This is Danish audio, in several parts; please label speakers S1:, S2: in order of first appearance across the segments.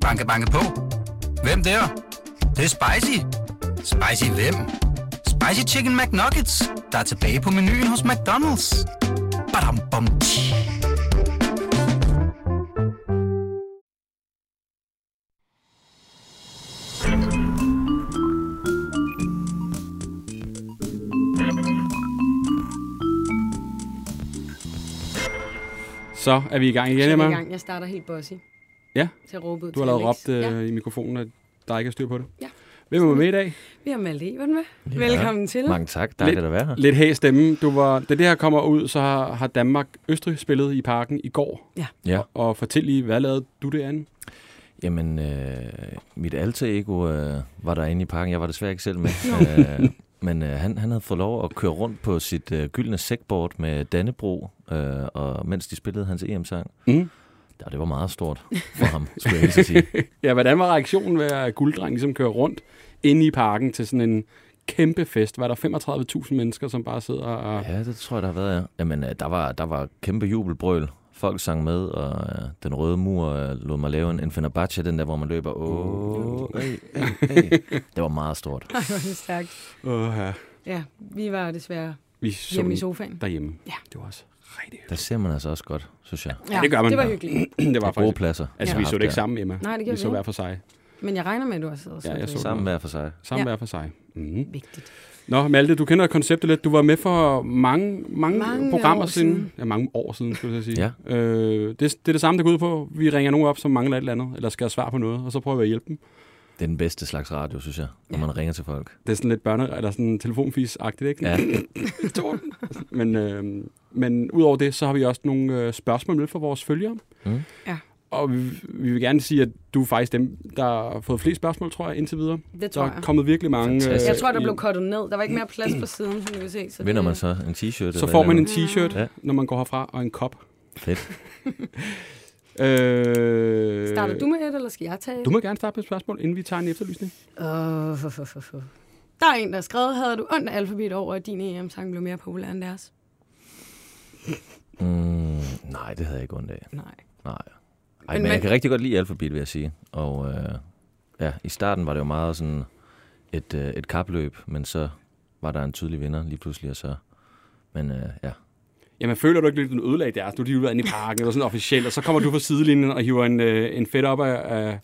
S1: Banke, banke på. Hvem der? Det, er? det er spicy. Spicy hvem? Spicy Chicken McNuggets, der er tilbage på menuen hos McDonald's. Badum, bom, tji.
S2: Så er vi i gang igen,
S3: Så er vi i
S2: Emma.
S3: gang. Jeg starter helt bossy
S2: Ja,
S3: til at råbe ud
S2: du har
S3: til
S2: allerede råbt
S3: Alex.
S2: øh,
S3: Ja.
S2: i mikrofonen, at der ikke er styr på det.
S3: Ja.
S2: Hvem var med i dag?
S3: Vi har Malte Ebert med. Velkommen til.
S4: Mange tak. Dejligt at være her.
S2: Lidt hæs stemme. Du var, da det her kommer ud, så har, har Danmark Østrig spillet i parken i går.
S4: Ja.
S2: Og fortæl lige, hvad lavede du det andet?
S4: Jamen, øh, mit alter ego øh, var derinde i parken. Jeg var desværre ikke selv med. øh, men øh, han, han havde fået lov at køre rundt på sit øh, gyldne sækbord med Dannebro, øh, og mens de spillede hans EM-sang.
S2: Mm.
S4: Ja, det var meget stort for ham, skulle jeg helst sige.
S2: Ja, hvordan var reaktionen ved at gulddreng ligesom kører rundt inde i parken til sådan en kæmpe fest? Var der 35.000 mennesker, som bare sidder og...
S4: Ja, det tror jeg, der har været, ja. Jamen, øh, der var, der var kæmpe jubelbrøl. Folk sang med, og øh, den røde mur øh, lod mig lave en, en Fenerbahce, den der, hvor man løber. Åh, øh, øh, øh. Det var meget stort.
S3: Ej, hvor er det stærkt.
S2: Åh, ja.
S3: Ja, vi var desværre
S2: Vi så
S3: hjemme i
S2: den
S3: sofaen.
S2: derhjemme.
S3: Ja.
S2: Det var også rigtig
S4: Der ser man altså også godt, synes jeg.
S2: Ja, det gør man.
S3: Det var hyggeligt.
S2: Det var
S4: På gode
S2: faktisk...
S4: pladser.
S2: Altså,
S3: Ja.
S2: vi så det ikke sammen, Emma.
S3: Nej, det gjorde
S2: vi så
S3: vi
S2: hver
S3: ikke.
S2: for sig.
S3: Men jeg regner med, at du har siddet og
S2: Ja, jeg
S3: det.
S2: så det.
S4: Sammen hver for sig.
S2: Sammen
S3: Ja.
S2: hver for sig. Mm.
S3: Vigtigt.
S2: Nå, Malte, du kender konceptet lidt. Du var med for mange, mange,
S3: Mange
S2: programmer
S3: år
S2: siden.
S3: siden.
S2: Ja, mange år siden, skulle jeg så sige. Ja. Øh, det, det er det samme, det går ud på. Vi ringer nogen op, som mangler et eller andet, eller skal have svar på noget, og så prøver vi at hjælpe dem.
S4: Det er den bedste slags radio, synes jeg, når man ringer til folk.
S2: Det er sådan lidt børne- eller sådan telefonfis-agtigt, ikke?
S4: Ja,
S2: Torben. men, øh, men udover det, så har vi også nogle øh, spørgsmål med fra vores følgere.
S4: Mm.
S3: Ja.
S2: Og vi, vi vil gerne sige, at du er faktisk dem, der har fået flest spørgsmål, tror jeg, indtil videre.
S3: Det
S2: Der
S3: tror
S2: er
S3: jeg.
S2: kommet virkelig mange. øh,
S4: Fantastisk.
S3: Jeg tror, der blev
S2: i-
S3: kortet ned. Der var ikke mere plads på siden, som du kan se. Så
S4: vinder
S3: det-
S4: man så en t-shirt?
S2: Så
S4: eller
S2: får
S4: et
S2: man en
S4: eller
S2: t-shirt,
S4: Ja.
S2: ja. når man går herfra, og en kop.
S4: andet? Fedt.
S2: Øh,
S3: Starter du med et, eller skal jeg tage et?
S2: Du må gerne starte med et spørgsmål, inden vi tager en efterlysning.
S3: Åh, fu- fu- fu- fu. Der er en, der har skrevet, havde du ondt af alfabet over, at din EM-sang blev mere populær end deres?
S4: Mm, nej, det havde jeg ikke ondt af.
S3: Nej.
S4: Nej. Ej,
S3: Men
S4: men, men
S3: man-
S4: jeg kan rigtig godt lide alfabet, vil jeg sige. Og øh, ja, i starten var det jo meget sådan et, øh, et kapløb, men så var der en tydelig vinder lige pludselig, og så... Men øh, ja,
S2: Jamen, føler du ikke lidt, at du ødelagde deres? Du er de ude inde i parken, eller sådan officielt, og så kommer du på sidelinjen og hiver en, øh, en fedt op af... af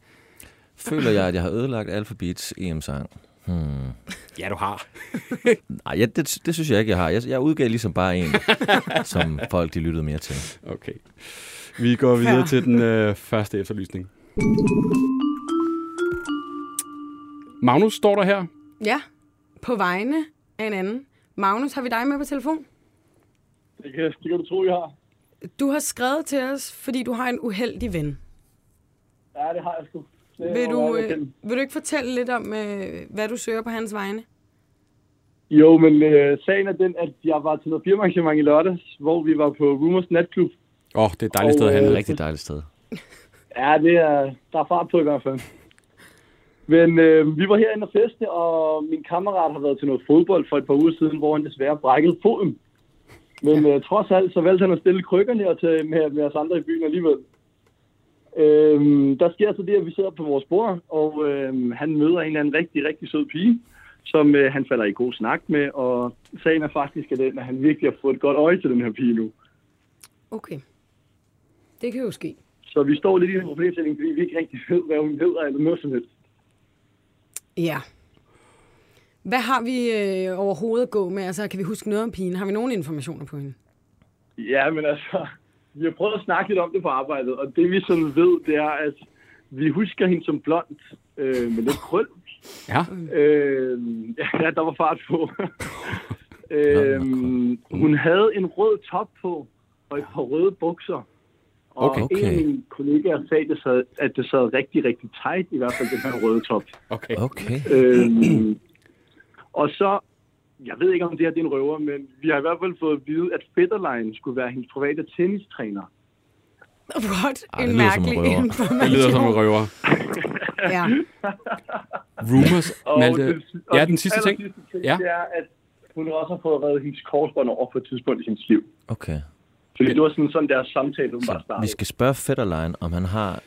S4: føler jeg, at jeg har ødelagt alfabets E EM-sang? Hmm.
S2: ja, du har.
S4: Nej, jeg, det, det synes jeg ikke, jeg har. Jeg, jeg udgav ligesom bare en, som folk de lyttede mere til.
S2: Okay. Vi går videre
S3: Ja.
S2: til den øh, første efterlysning. Magnus står der her.
S3: Ja, på vegne af en anden. Magnus, har vi dig med på telefon?
S5: Det kan, det kan du tro, jeg har.
S3: Du har skrevet til os, fordi du har en uheldig ven.
S5: Ja, det har jeg sgu. Det
S3: Vil
S5: må
S3: du,
S5: jeg
S3: øh,
S5: erkende.
S3: vil du ikke fortælle lidt om, øh, hvad du søger på hans vegne?
S5: Jo, men øh, sagen er den, at jeg var til noget firmaarrangement i lørdags, hvor vi var på Rumors Natklub.
S2: Åh, oh, det er et dejligt sted at
S5: Og,
S2: handle.
S5: øh,
S4: Rigtig dejligt sted.
S5: Ja, det er, der er fart på i hvert fald. Men øh, vi var herinde og feste, og min kammerat har været til noget fodbold for et par uger siden, hvor han desværre brækkede foden. Men øh, trods alt, så valgte han at stille krykkerne og tage med, med os andre i byen alligevel. Øhm, der sker så det, at vi sidder på vores bord, og øhm, han møder en eller anden rigtig, rigtig sød pige, som øh, han falder i god snak med, og sagen er faktisk at den, at han virkelig har fået et godt øje til den her pige nu.
S3: Okay. Det kan jo ske.
S5: Så vi står lidt i en problemstilling, fordi vi ikke rigtig ved, hvad hun hedder eller noget som helst.
S3: Ja. Hvad har vi øh, overhovedet at gå med? Altså, kan vi huske noget om pigen? Har vi nogen informationer på hende?
S5: Ja, men altså, vi har prøvet at snakke lidt om det på arbejdet, og det vi sådan ved, det er, at vi husker hende som blond, øh, med lidt krøl.
S2: Ja.
S5: Øh, ja, der var fart på. øh, hun havde en rød top på, og et par røde bukser. Og
S4: Okay.
S5: en af mine kollegaer sagde, det sad, at det sad rigtig, rigtig tight, i hvert fald den her røde top.
S2: Okay.
S4: Okay.
S5: Øhm, og så, jeg ved ikke om det her det er en røver, men vi har i hvert fald fået at vide, at Fetterlein skulle være hendes private tennistræner.
S3: What?
S4: Ej, det
S3: en
S4: lyder som en
S3: mærkelig
S4: røver.
S3: information.
S2: Det lyder som en røver.
S3: Ja.
S2: Rumors, Malte.
S5: og
S2: Ja, den sidste ting.
S5: allersidste ting
S2: Ja.
S5: ja. det er, at hun også har fået reddet hendes korsbånd over på et tidspunkt i hendes liv.
S4: Okay.
S5: Fordi det var sådan, sådan deres samtale, hun bare
S4: Så
S5: startede.
S4: vi skal spørge Fetterlein, om han har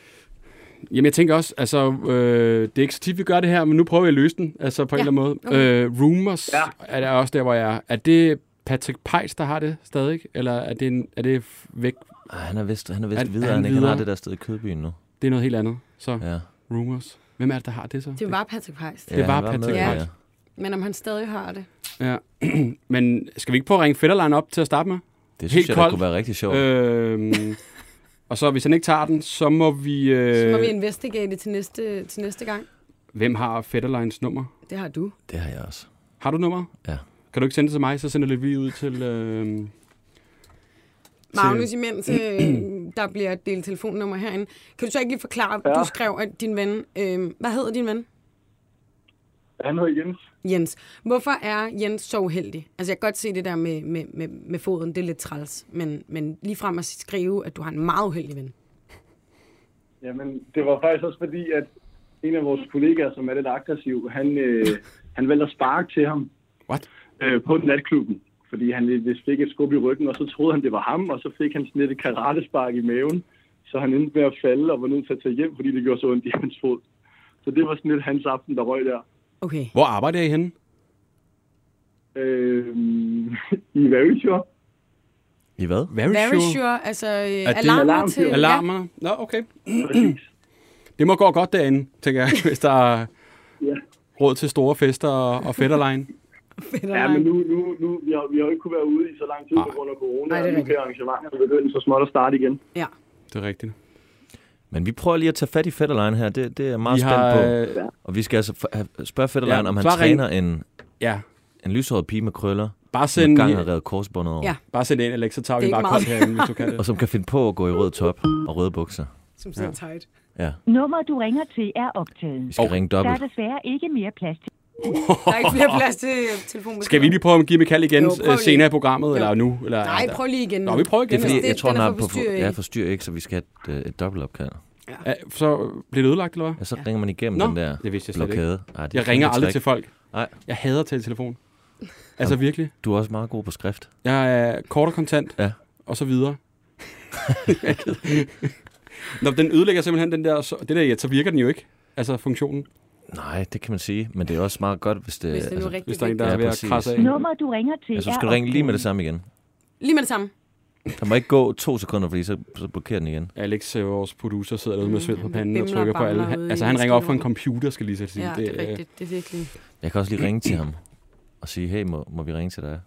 S2: Jamen, jeg tænker også, altså, øh, det er ikke så tit, vi gør det her, men nu prøver jeg at løse den, altså på ja.
S3: Ja,
S2: en eller anden måde. Øh, rumors ja.
S6: Ja.
S2: er der også der, hvor jeg er. Er det Patrick Pejs, der har det stadig? Eller er det, en, er det f- væk?
S4: Ej, han er vist, han er vist
S2: Er- er
S4: videre,
S2: han
S4: han, ikke? han har
S2: videre?
S4: det der sted i Kødbyen nu.
S2: Det er noget helt andet. Så ja.
S4: Ja.
S2: rumors. Hvem er det, der har det så?
S3: Det var Patrick Heist.
S4: Ja,
S2: var
S4: han
S2: Patrick
S4: med,
S3: Mark. Men om han stadig har det.
S2: Ja. men skal vi ikke prøve at ringe Fetterlein op til at starte med?
S4: Det synes
S2: Helt
S4: Helt jeg, der
S2: koldt.
S4: kunne være rigtig sjovt. Øh.
S2: Øhm, og så hvis han ikke tager den, så må vi... Øh,
S3: Så må vi investigate det til næste, til næste gang.
S2: Hvem har Fetterleins nummer?
S3: Det har du.
S4: Det har jeg også.
S2: Har du nummer?
S4: Ja.
S2: Kan du ikke sende det til mig, så sender det vi ud til... Øh,
S3: Magnus, imens øh, der bliver delt telefonnummer herinde, kan du så ikke lige forklare, ja.
S6: Ja.
S3: du skrev, at din ven, øh, hvad hedder din ven?
S6: Han hedder Jens.
S3: Jens. Hvorfor er Jens så uheldig? Altså, jeg kan godt se det der med, med, med, med foden, det er lidt træls, men, men ligefrem at skrive, at du har en meget uheldig ven.
S6: Jamen, det var faktisk også fordi, at en af vores kollegaer, som er lidt aggressiv, han, øh, han valgte at sparke til ham
S2: What?
S6: øh, på natklubben, fordi han vist fik et skub i ryggen, og så troede han, det var ham, og så fik han sådan lidt et karatespark i maven, så han endte med at falde og var nødt til at tage hjem, fordi det gjorde så ondt i hans fod. Så det var sådan lidt hans aften, der røg der.
S3: Okay.
S2: Hvor arbejder I henne?
S6: Øh, I Very Sure.
S4: I hvad?
S2: Very,
S3: Very sure, altså øh,
S2: det-
S3: alarmer
S6: Alarm-
S3: til... ja.
S2: Alarmer? Nå, okay.
S6: Præcis.
S2: Det må gå godt derinde, tænker jeg, hvis der er
S6: Ja.
S2: råd til store fester og, og Fetterlein.
S6: Ja, men nu, nu, nu vi, har, vi har jo ikke kunne være ude i så lang tid på grund af corona,
S3: Nej, det er
S6: og nu
S3: rigtigt.
S6: kan arrangementerne begynde så småt at starte igen.
S3: ja.
S2: Det er rigtigt.
S4: Men vi prøver lige at tage fat i Fetterlein her. Det, det er jeg meget
S2: Vi
S4: spændt
S2: har,
S4: på.
S2: øh,
S4: Og vi skal altså f- have- spørge Fetterlein,
S2: Ja,
S4: ja, om han
S2: bare ring.
S4: træner en,
S2: ja,
S4: en lyshåret pige med krøller,
S2: bare
S4: som
S2: send,
S4: engang har revet korsbåndet over,
S3: Ja.
S4: ja.
S2: bare send ind, Alex, så tager
S3: Det
S2: vi
S3: er ikke
S2: bare
S3: meget.
S2: koldt herinde, hvis du kan det.
S4: og som kan finde på at gå i rød top og røde bukser.
S3: Som sidder tight.
S4: Ja,
S7: Nummeret, du ringer til, er
S4: vi
S7: optaget.
S4: skal
S2: Og-
S4: oh. ringe
S7: Der er
S4: dobbelt.
S7: desværre ikke mere plads til.
S3: Der er ikke flere plads til telefonbeskeder.
S2: Skal vi lige prøve at give Michael igen
S3: Jo,
S2: jo,
S3: prøv lige.
S2: senere i programmet, jo. eller nu? Eller,
S3: Nej, prøv lige igen.
S2: Nå, vi prøver igen.
S4: Det er fordi,
S3: Hvis
S4: jeg,
S3: det-
S4: jeg tror,
S3: den
S4: den
S3: er
S4: er
S3: for
S4: på
S3: forstyrret,
S4: ja,
S3: ikke?
S4: forstyrrer ikke, så vi skal have et, øh, et dobbeltopkald.
S2: Ja, så bliver det ødelagt, eller hvad?
S4: Ja, så ringer man igennem
S2: Nå,
S4: den der
S2: det vidste jeg slet
S4: blokade. Ej, det er
S2: Jeg ringer
S4: et
S2: aldrig
S4: trick.
S2: til folk.
S4: Nej.
S2: Jeg hader at tale i telefon. Altså virkelig.
S4: Du er også meget god på skrift.
S2: Jeg er kort og kontant,
S4: Ja.
S2: og så videre. Nå, den ødelægger simpelthen den der... så- Det der, ja, så virker den jo ikke. Altså funktionen,
S4: Nej, det kan man sige, men det er også meget godt, hvis det...
S3: Hvis det nu er
S4: altså,
S2: hvis
S3: rigtigt.
S2: der er en, der
S4: Ja,
S2: er ved at
S4: præcis.
S2: krasse af.
S7: Nummeret, du ringer til,
S4: jeg synes,
S7: er
S4: Altså, du skal ringe lige med det samme igen.
S3: Lige med det samme.
S4: Der må ikke gå to sekunder, fordi så, så blokerer den igen.
S2: Alex, øh, vores producer, sidder derude med sved på
S3: Mm, han
S2: panden og
S3: bimler
S2: trykker på
S3: og
S2: alle.
S3: bamler ude i
S2: Altså, han ringer op for en
S3: maskinrummet.
S2: computer, skal jeg lige så sige.
S3: Ja, det er
S2: øh,
S3: rigtigt. Det er virkelig...
S4: Jeg kan også lige ringe til ham og sige, hey, må, må vi ringe til dig?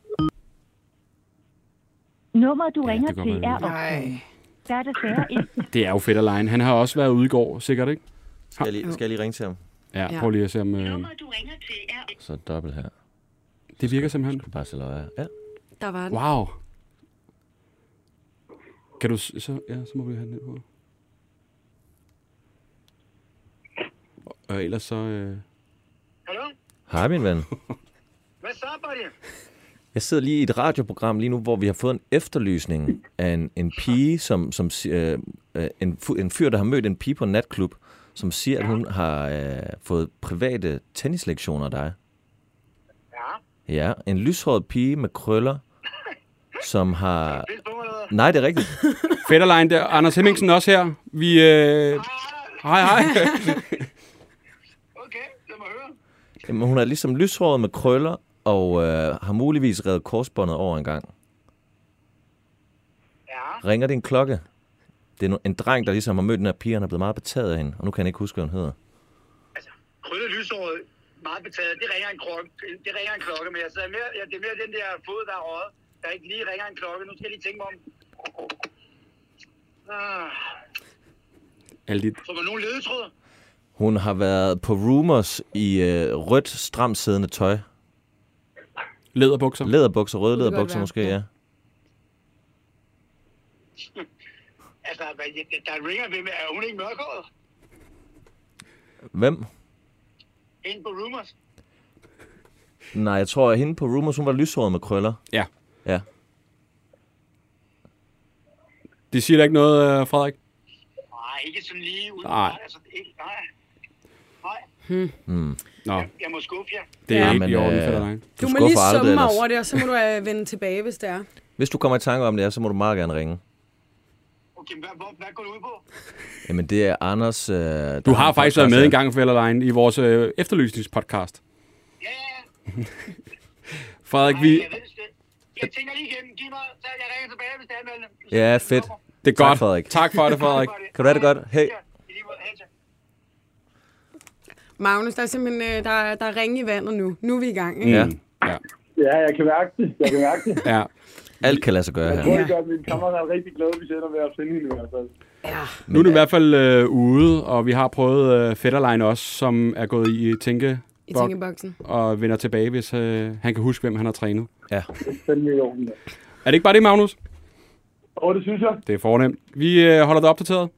S7: Nummeret, du
S4: Ja,
S7: ringer
S4: det går
S7: til,
S4: godt,
S7: er
S4: ja.
S7: optaget. Der er desværre ikke.
S2: Det er jo fedt alene. Han har også været ude i går, sikkert, ikke?
S4: Skal jeg lige, skal jeg lige ringe til ham?
S2: Ja,
S3: Ja.
S2: prøv lige at se, om... Øh,
S7: Nummeret, du ringer til, er
S4: Så dobbelt her.
S2: det virker simpelthen.
S4: Bare til løje. Ja.
S3: Der var den.
S2: Wow. Kan du... s- Så, ja, så må vi have den ned på. Og- Og ellers så... Øh,
S8: Hallo?
S4: Hej, min ven.
S8: Hvad så, buddy?
S4: Jeg sidder lige i et radioprogram lige nu, hvor vi har fået en efterlysning af en, en pige, som, som si- øh, øh, en, fu- en fyr, der har mødt en pige på en natklub, som siger, at hun har øh, fået private tennislektioner af dig.
S8: Ja,
S4: Ja, en lyshåret pige med krøller, som har...
S8: pis på mig, eller hvad?
S4: Nej, det er rigtigt.
S2: Fetterlein der. Anders Hemmingsen også her. Vi... Øh, hej, hej.
S8: Okay, lad mig høre.
S4: Jamen, hun er ligesom lyshåret med krøller, og øh, har muligvis revet korsbåndet over en gang.
S8: Ja,
S4: Ringer det en klokke? Det er no- en dreng, der ligesom har mødt den her pige, og han er blevet meget betaget af hende, og nu kan han ikke huske, hvad hun hedder.
S8: altså, krydder lyshåret, meget betaget, det ringer en klokke, det ringer en klokke, men altså, det er mere, ja, det er mere den der fod, der er røget, der ikke lige ringer en klokke. Nu skal jeg lige tænke mig om. Ah,
S2: Alle de,
S8: får man nogen ledetråd?
S4: Hun har været på rumors i øh, rødt, stramt siddende tøj.
S2: læderbukser.
S4: Læderbukser, røde
S3: godt
S4: læderbukser
S3: være,
S4: måske,
S3: ja.
S4: ja.
S8: Altså, hvad, ja, der ringer ved med, er hun ikke mørkhåret?
S4: Hvem?
S8: Inde på Rumors?
S4: Nej, jeg tror, at hende på rumors, hun var lyshåret med krøller.
S2: Ja.
S4: Ja.
S2: Det siger da ikke noget, øh, Frederik.
S8: Nej, ikke sådan lige uden.
S2: Nej.
S8: Altså, ikke, nej. Nej,
S2: Nå,
S8: jeg må skuffe jer.
S2: det er
S3: Ja,
S2: ja, ikke
S4: men,
S2: i orden,
S4: øh,
S2: Fetterlein.
S3: Du,
S4: Du
S3: må lige
S4: skuffer aldrig
S3: summe mig
S4: ellers.
S3: over det, og så må du øh, vende tilbage, hvis det er.
S4: Hvis du kommer i tanke om det, så må du meget gerne ringe.
S8: Okay, hvad, hvor, hvad går det ud på?
S4: Jamen, det er Anders... Øh,
S2: Du har faktisk været med en gang, Fælderlein, i vores øh, efterlysningspodcast.
S8: Ja, ja, ja.
S2: Frederik,
S8: Ej,
S2: vi,
S8: jeg, ved sgu ikke. jeg tænker lige igennem. Giv mig, så jeg ringer tilbage, hvis det er mellem.
S4: Ja, fedt.
S2: det er
S4: Tak,
S2: godt.
S4: Frederik.
S2: tak for det, Frederik.
S4: Kan du have det godt? Hey.
S8: Ja, i lige måde. Hej, så.
S3: Magnus, der er simpelthen øh, der, er- der er ringe i vandet nu. Nu er vi i gang, ikke?
S4: Ja.
S2: Mm, ja.
S6: Ja, jeg kan mærke det. Jeg kan mærke det.
S2: ja.
S4: Alt kan lade sig gøre
S6: Jeg tror,
S4: her.
S6: det gør min kammerat rigtig glad, hvis jeg ender med at finde hende i hvert fald.
S2: Nu er det i hvert fald øh, ude, og vi har prøvet øh, Fetterlein også, som er gået i tænke
S3: I tænkeboksen.
S2: og vender tilbage, hvis øh, han kan huske, hvem han har trænet.
S4: Ja.
S6: Fandme i orden. da.
S2: Er det ikke bare det, Magnus?
S6: Og det synes jeg.
S2: Det er fornemt. Vi øh, holder dig opdateret.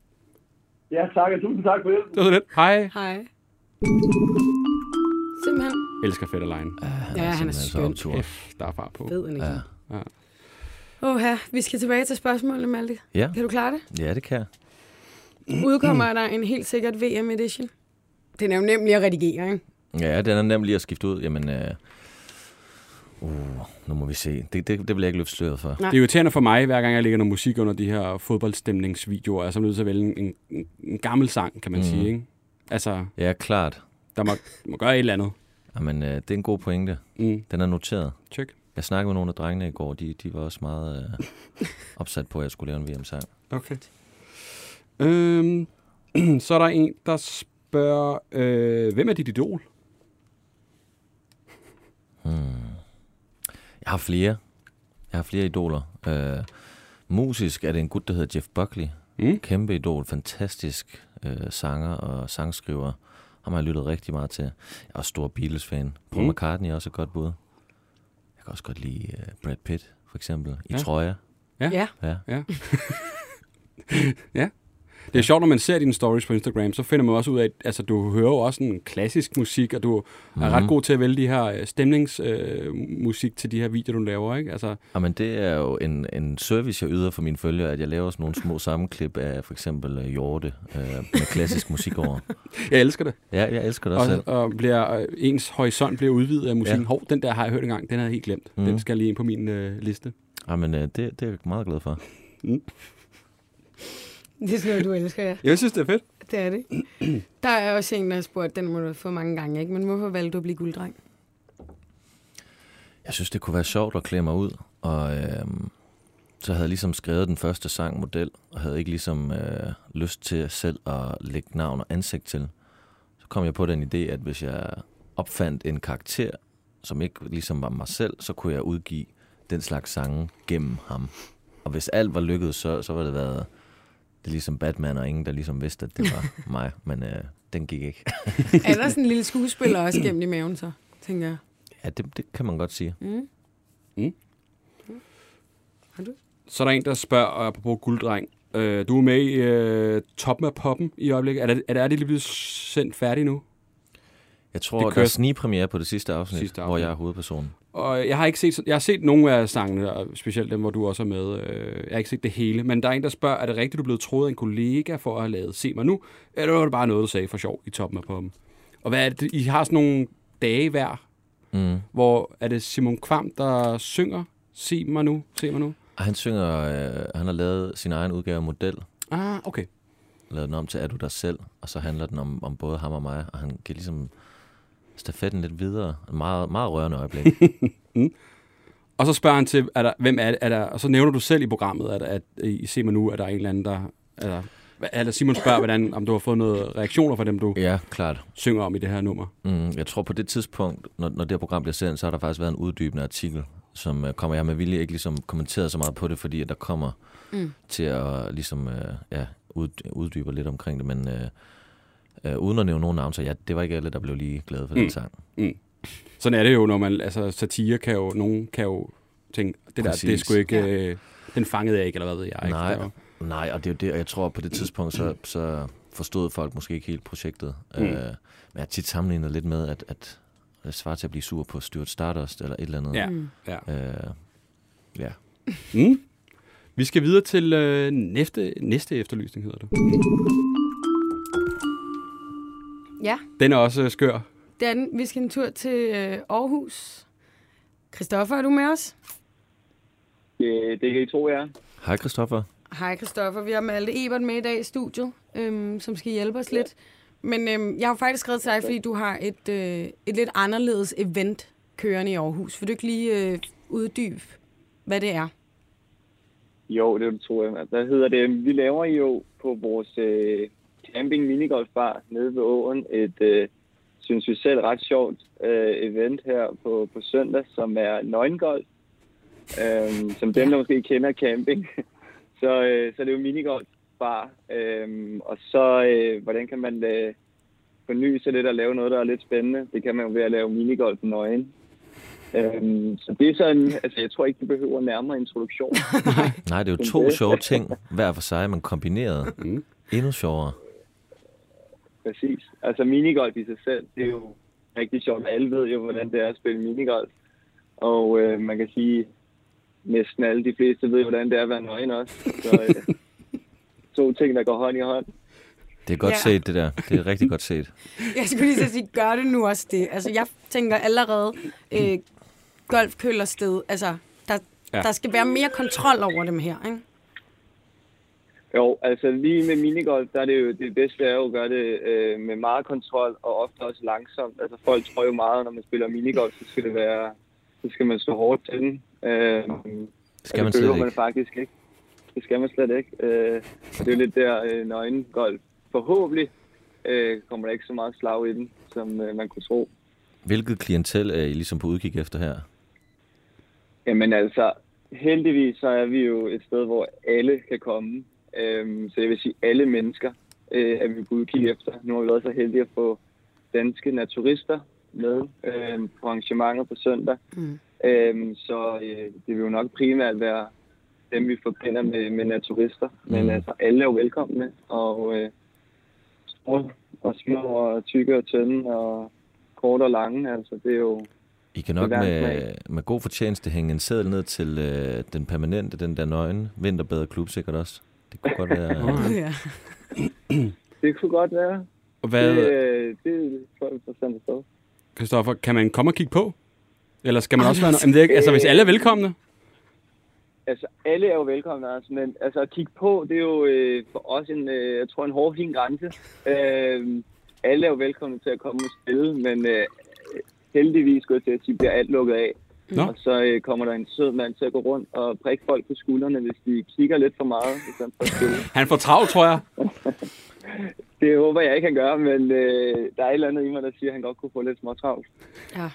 S6: Ja, tak. Og tusind tak for hjælpen.
S2: Det var så lidt. Hej.
S3: Hej. Simpelthen.
S2: elsker Fetterlein.
S3: Ja, han er
S4: Altså
S3: skøn.
S4: optur.
S2: Kæft, der er far på.
S3: Fed energi. Ja.
S2: Ja.
S3: Åh her, vi skal tilbage til spørgsmålet, Malte.
S4: Ja.
S3: Kan du klare det?
S4: ja, det kan jeg.
S3: Udkommer der en helt sikkert VM Edition? Den er jo nemlig at redigere, ikke?
S4: Ja, den er nem lige at skifte ud. Jamen, øh, uh, nu må vi se. Det, det, det vil jeg ikke løfte sløret for.
S2: Det er irriterende for mig, hver gang jeg lægger noget musik under de her fodboldstemningsvideoer, er jeg så nødt til at vælge en, en, en gammel sang, kan man mm. sige. Ikke? Altså,
S4: Ja, klart.
S2: der må, må gøre et eller andet.
S4: Jamen, øh, det er en god pointe.
S2: Mm.
S4: Den er noteret.
S2: Tjek.
S4: Jeg snakkede med nogle af drengene i går. De, de var også meget øh, opsat på, at jeg skulle lave en VM-sang.
S2: Okay. Øhm, så er der en, der spørger, øh, hvem er dit idol?
S4: Jeg har flere. Jeg har flere idoler. Øh, musisk er det en gut, der hedder Jeff Buckley.
S2: Mm.
S4: Kæmpe idol, fantastisk øh, sanger og sangskriver. Ham har jeg lyttet rigtig meget til. Jeg er også stor Beatles-fan. Paul
S2: Mm.
S4: mm. McCartney er også et godt bud. Jeg kan også godt lide øh, Brad Pitt, for eksempel. I
S2: Ja.
S4: ja. trøjer.
S3: Ja.
S4: Ja.
S2: Det er sjovt, når man ser dine stories på Instagram, så finder man også ud af, at altså, du hører jo også en klassisk musik, og du er ret god til at vælge de her øh, stemningsmusik øh, musik til de her videoer, du laver. Ikke? Altså,
S4: Jamen, det er jo en, en service, jeg yder for mine følgere, at jeg laver sådan nogle små sammenklip af for eksempel øh, Hjorte øh, med klassisk musik over.
S2: jeg elsker det.
S4: Ja, jeg elsker det også selv.
S2: Og, og bliver, øh, ens horisont bliver udvidet af musikken. Ja.
S4: Ja.
S2: Hov, den der har jeg hørt engang, den havde jeg helt glemt. Mm. Den skal lige ind på min øh, liste.
S4: Jamen, øh, det, det er jeg meget glad for.
S3: Det er sådan noget, du elsker, ja.
S2: Jeg synes, det er fedt.
S3: Det er det. Der er også en, der har spurgt, den må du få mange gange, ikke? Men hvorfor valgte du at blive gulddreng?
S4: Jeg synes, det kunne være sjovt at klæde mig ud, og øhm, så havde jeg ligesom skrevet den første sang model, og havde ikke ligesom øh, lyst til selv at lægge navn og ansigt til. Så kom jeg på den idé, at hvis jeg opfandt en karakter, som ikke ligesom var mig selv, så kunne jeg udgive den slags sange gennem ham. Og hvis alt var lykkedes, så, så var det været det er ligesom Batman, og ingen der ligesom vidste, at det var mig, men øh, den gik ikke.
S3: Er der sådan en lille skuespiller også gennem i maven, så? Tænker jeg.
S4: Ja, det, det kan man godt sige.
S2: Så er der en, der spørger, og apropos gulddreng. Øh, du er med i øh, Toppen af Poppen i øjeblikket. Er det, er det, er det lige blevet sendt færdigt nu?
S4: Jeg tror,
S2: Det
S4: det kører...
S2: kører-
S4: der er snigpremiere på det sidste afsnit,
S2: Sidste
S4: sidste
S2: afsnit.
S4: afsnit, hvor jeg er hovedpersonen.
S2: Og jeg har ikke set, jeg har set nogle af sangene, og specielt dem, hvor du også er med. Øh, Jeg har ikke set det hele, men der er en, der spørger, er det rigtigt, du er blevet troet af en kollega for at have lavet Se mig nu, eller var det bare noget, du sagde for sjov i toppen af poppen? Og hvad er det, I har sådan nogle dage hver,
S4: Mm.
S2: hvor er det Simon Kvam, der synger Se mig nu, se mig nu?
S4: Og han synger, øh, han har lavet sin egen udgave af model,
S2: Ah, okay.
S4: lavet den om til Er du dig selv, og så handler den om, om både ham og mig, og han giver ligesom stafetten lidt videre. En meget, meget rørende øjeblik.
S2: Og så spørger han til, er der, hvem er, det- er der, og så nævner du selv i programmet, at, at i Se mig nu, er der en eller anden, der... Er der, eller Simon spørger, hvordan, om du har fået noget reaktioner fra dem, du
S4: ja, klart.
S2: synger om i det her nummer.
S4: Mm, jeg tror på det tidspunkt, når, når det her program bliver sendt, så har der faktisk været en uddybende artikel, som øh, kommer. Jeg har med vilje ikke ligesom kommenteret så meget på det, fordi at der kommer mm. til at ligesom, øh, ja, ud, uddybe lidt omkring det, men øh, øh, uden at nævne nogen navn, så ja, det var ikke alle, der blev lige glade for mm. den sang.
S2: Sådan er det jo, når man, altså satire kan jo, nogen kan jo tænke, det der, det er
S4: Præcis.
S2: sgu ikke, ja. øh, den fangede jeg ikke, eller hvad ved jeg. Ikke? Det
S4: Nej,
S2: var-
S4: nej, og det er jo det, og jeg tror på det tidspunkt, så, så forstod folk måske ikke helt projektet. Mm. Øh, men jeg har tit sammenlignet lidt med, at, at det svarer til at blive sur på Stuart Stardust eller et eller andet.
S2: Ja,
S3: Mm.
S2: ja.
S4: Øh, ja.
S2: Mm. Vi skal videre til øh, næste, næste efterlysning, hedder det.
S3: Ja,
S2: Den er også øh, skør.
S3: det er den. Vi skal en tur til øh, Aarhus. Christoffer, er du med os?
S6: Det, det kan I tro, jeg er.
S4: Hej Christoffer.
S3: Hej Christoffer, vi har Malte Ebert med i dag i studiet, øhm, som skal hjælpe os lidt. Men øhm, jeg har jo faktisk skrevet til dig, fordi du har et, øh, et lidt anderledes event kørende i Aarhus. Vil du ikke lige øh, uddybe, hvad det er?
S5: Jo, det tror jeg. Hvad hedder det? Vi laver jo på vores øh, camping minigolfbar nede ved åen et, øh, synes vi selv, ret sjovt øh, event her på, på søndag, som er nøgengolf. Øhm, som dem, der måske kender camping. så, øh, så er det jo minigolf bar. Øhm, og så, øh, hvordan kan man øh, forny sig lidt og lave noget, der er lidt spændende? Det kan man jo ved at lave minigolf nøgen. Øhm, så det er sådan, altså jeg tror ikke, det behøver nærmere introduktion.
S4: Nej, det er jo to sjove ting, hver for sig, men kombineret.
S2: Mm.
S4: Endnu sjovere.
S5: Præcis. Altså minigolf i sig selv, det er jo rigtig sjovt. Alle ved jo, hvordan det er at spille minigolf. Og øh, man kan sige, næsten alle de fleste ved, hvordan det er at være nøgen også. Så øh, to ting, der går hånd i hånd.
S4: Det er godt
S3: Ja.
S4: ja. set, det der. Det er rigtig godt set.
S3: Jeg skulle lige så sige, gør det nu også det? Altså, jeg tænker allerede, øh, golfkøllersted, altså, der,
S2: Ja.
S3: ja. der skal være mere kontrol over dem her, ikke?
S5: Jo, altså lige med minigolf, der er det jo det bedste er jo at gøre det øh, med meget kontrol og ofte også langsomt. Altså folk tror jo meget, når man spiller minigolf, så skal det være, så skal man slå hårdt til den. Øh,
S4: Skal man
S5: det
S4: slet
S5: behøver
S4: ikke.
S5: man faktisk ikke. Det skal man slet ikke. Øh, det er jo lidt der øh, nøgengolf. Forhåbentlig øh, kommer der ikke så meget slag i den, som øh, man kunne tro.
S4: Hvilket klientel er I ligesom på udkig efter her?
S5: Jamen altså, heldigvis så er vi jo et sted, hvor alle kan komme. Øhm, så jeg vil sige, alle mennesker øh, er vi på udkig efter. Nu har vi været så heldige at få danske naturister med øh, på arrangementer på søndag. Mm. Øhm, så øh, det vil jo nok primært være dem, vi forbinder med, med naturister. Men
S4: Mm.
S5: altså, alle er jo velkomne. Og øh, store og små og tykke og tynde og korte og lange. Altså, det er jo
S4: I kan nok
S5: Det er
S4: med,
S5: verdensmag.
S4: med god fortjeneste hænge en seddel ned til øh, den permanente, den der nøgen vinterbadeklub sikkert også. Det kunne godt være...
S3: Ja.
S5: det kunne godt være.
S2: Og
S5: Det,
S2: hvad,
S5: øh, det tror jeg, vi får sendt afsted.
S2: Christoffer, kan man komme og kigge på? Eller skal man også være... Jamen, det er, ikke- altså, hvis alle er velkomne.
S5: Altså, alle er jo velkomne, Anders, men altså, at kigge på, det er jo øh, for os en, øh, jeg tror, en hård, fin grænse. Øh, alle er jo velkomne til at komme og spille, men øh, heldigvis, skulle jeg til at sige, bliver alt lukket af.
S2: Nå.
S5: Og så øh, kommer der en sød mand til at gå rundt og prikke folk på skuldrene, hvis de kigger lidt for meget. i stedet for at spille.
S2: Han får travlt, tror jeg.
S5: Det håber jeg ikke, han gør, men øh, der er et eller andet i mig, der siger, at han godt kunne få lidt småtravlt.
S3: ja.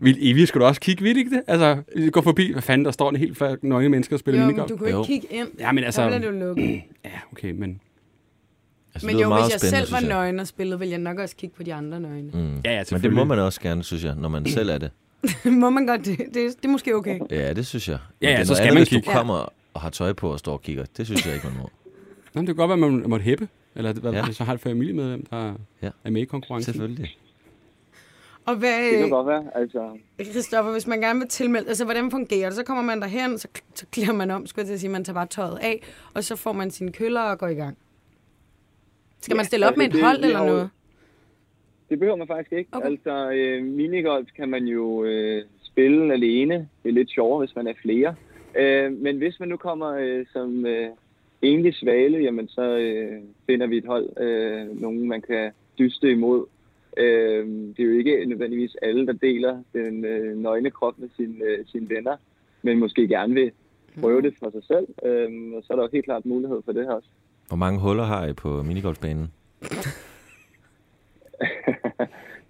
S2: Vil Evi, skulle du også kigge vidt, ikke det? Altså, gå forbi. Hvad fanden, der står en helt flok nøgne mennesker og spiller
S3: Jo, men
S2: minigolf.
S3: du kunne ikke
S4: Jo.
S3: kigge ind.
S2: Ja, men altså-
S3: Der blev det jo lukket.
S2: Ja, okay, men...
S4: Mm. Altså,
S3: Men
S4: lyder
S3: jo, hvis jeg selv
S4: spændende,
S3: var
S4: synes jeg.
S3: nøgen og spillede, ville jeg nok også kigge på de andre nøgne.
S2: Ja, ja,
S4: Men det må man også gerne, synes jeg, når man selv er det. Mm.
S3: Må man godt det? Det, det er måske okay.
S4: Ja, det synes jeg. Men
S2: Ja, ja,
S4: det er
S2: så
S4: noget
S2: skal
S4: andet,
S2: man
S4: hvis
S2: kigge.
S4: du kommer og har tøj på og står og kigger. Det synes jeg ikke, man må.
S2: Nå, men det kan godt være, at man måtte hæppe. Eller hvad, ja.
S4: Ja.
S2: hvis man har et familiemedlem, der ja.
S4: Ja.
S2: er med i konkurrencen.
S4: Selvfølgelig.
S3: Og hvad,
S5: Det kan godt være. Altså,
S3: Christoffer, hvis man gerne vil tilmelde, altså hvordan fungerer det? Så kommer man derhen, så, så klæder man om, skulle jeg til at sige, man tager bare tøjet af, og så får man sine køller og går i gang. Skal man stille op
S5: altså,
S3: med et
S5: det-
S3: hold
S5: det
S3: eller
S5: er jo-
S3: noget?
S5: Det behøver man faktisk ikke.
S3: Okay.
S5: Okay. Altså, øh, minigolf kan man jo øh, spille alene. Det er lidt sjovere, hvis man er flere. Øh, men hvis man nu kommer øh, som øh, enlig svale, jamen så øh, finder vi et hold, øh, nogen man kan dyste imod. Øh, det er jo ikke nødvendigvis alle, der deler den øh, nøgne krop med sine øh, sine venner, men måske gerne vil prøve det for sig selv. Øh, og så er der jo helt klart mulighed for det her også.
S4: Hvor mange huller har I på minigolfbanen?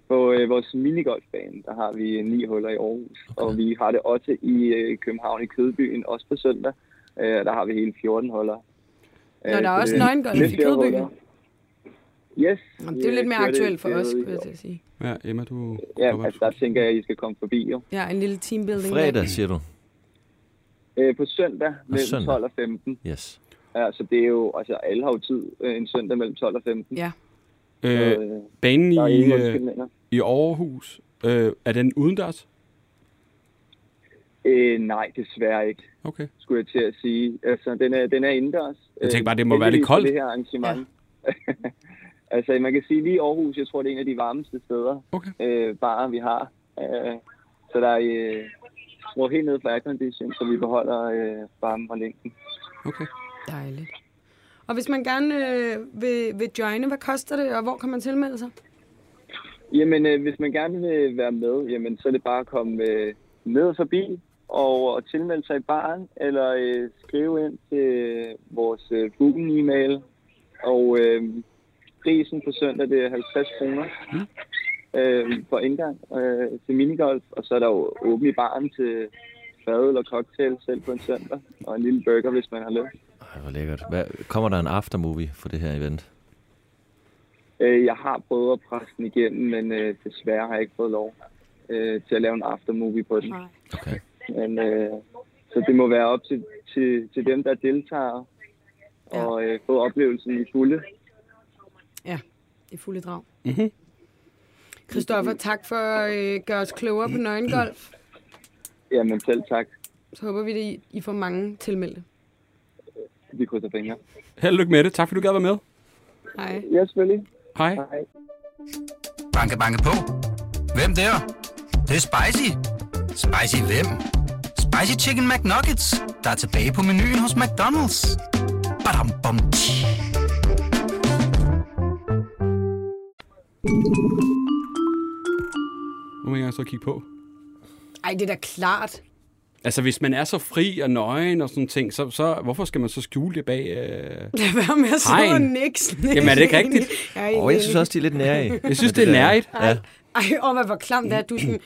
S5: På øh, vores minigolfbane, der har vi øh, ni huller i Aarhus, okay. og vi har det også i øh, København i Kødbyen, også på søndag. Øh, der har vi hele 14 huller. Øh,
S3: Nå, der er
S5: så
S3: også
S5: det
S3: nøgengolf
S5: lidt
S3: i
S5: flere
S3: Kødbyen.
S5: huller. Yes.
S3: Jamen, det er jo
S5: vi,
S3: lidt mere
S5: kører det-
S3: aktuelt for
S5: kører
S3: os,
S5: det i
S3: skulle jeg
S5: år.
S3: til at sige.
S2: Ja, Emma, du...
S5: Ja, altså, der tænker jeg, at I skal komme forbi jo.
S3: Ja, en lille teambuilding.
S4: Fredag, siger du?
S5: Øh, på søndag mellem
S4: søndag.
S5: 12 og 15.
S4: Yes.
S5: Ja, så det er jo, altså alle har jo tid øh, en søndag mellem 12 og 15.
S3: Ja.
S2: Øh,
S5: Så, øh,
S2: banen
S5: der er
S2: i,
S5: ingen
S2: øh,
S5: undskyldninger.
S2: i Aarhus, øh, er den udendørs?
S5: Øh, nej, desværre ikke.
S2: Okay.
S5: skulle jeg til at sige. Altså, den er, den er indendørs.
S2: Jeg tænkte bare,
S5: Øh,
S2: det må være lidt
S5: heldigvis for
S2: koldt.
S5: Det her arrangement. Ja. altså, man kan sige, lige Aarhus, jeg tror, det er en af de varmeste steder,
S2: Okay.
S5: øh, bare vi har. Øh, så der er, øh, jeg tror helt ned for aircondition, så vi beholder øh, varmen og længden.
S2: Okay.
S3: Dejligt. Og hvis man gerne øh, vil, vil joine, hvad koster det, og hvor kan man tilmelde sig?
S5: Jamen, øh, hvis man gerne vil være med, jamen, så er det bare at komme øh, ned forbi og, og tilmelde sig i baren, eller øh, skrive ind til vores øh, booking-e-mail. Og øh, prisen på søndag, det er 50 kroner øh, for indgang øh, til minigolf. Og så er der jo åben i baren til fadøl og cocktail selv på en søndag, og en lille burger, hvis man har lyst.
S4: Ej, hvor lækkert. Hvad, kommer der en aftermovie for det her event?
S5: Øh, jeg har prøvet at presse den igennem, men øh, desværre har jeg ikke fået lov øh, til at lave en aftermovie på den.
S4: Okay.
S5: Men, øh, så det må være op til, til, til dem, der deltager og øh, få oplevelsen i fulde.
S3: Ja, i fulde drag.
S2: Mhm.
S3: Christoffer, tak for at øh, gøre os klogere på nøgengolf.
S5: Jamen selv tak.
S3: Så håber vi, at I- I får mange tilmeldte.
S5: Vi krydser fingre.
S2: Held og lykke med det. Tak fordi du gad være med.
S3: Hej.
S5: Ja, selvfølgelig.
S2: Hej.
S5: Hej.
S1: Banke, banke på. Hvem der? Det, er spicy. Spicy hvem? Spicy Chicken McNuggets, der er tilbage på menuen hos McDonald's. Badum, bom, tji.
S2: Nu må jeg ikke engang stå og kigge på.
S3: Ej, det er da klart.
S2: Altså, hvis man er så fri og nøgen og sådan ting, så, så hvorfor skal man så skjule det bag... Øh...
S3: Lad være med at sidde
S2: Hej.
S3: og nikke sådan.
S2: Jamen, er det ikke rigtigt?
S3: Ej,
S4: Og jeg synes også, de er lidt nære i.
S2: Jeg synes, det er nærigt.
S4: Ja.
S3: Ej, og hvad hvor klamt det er. Du, er sådan,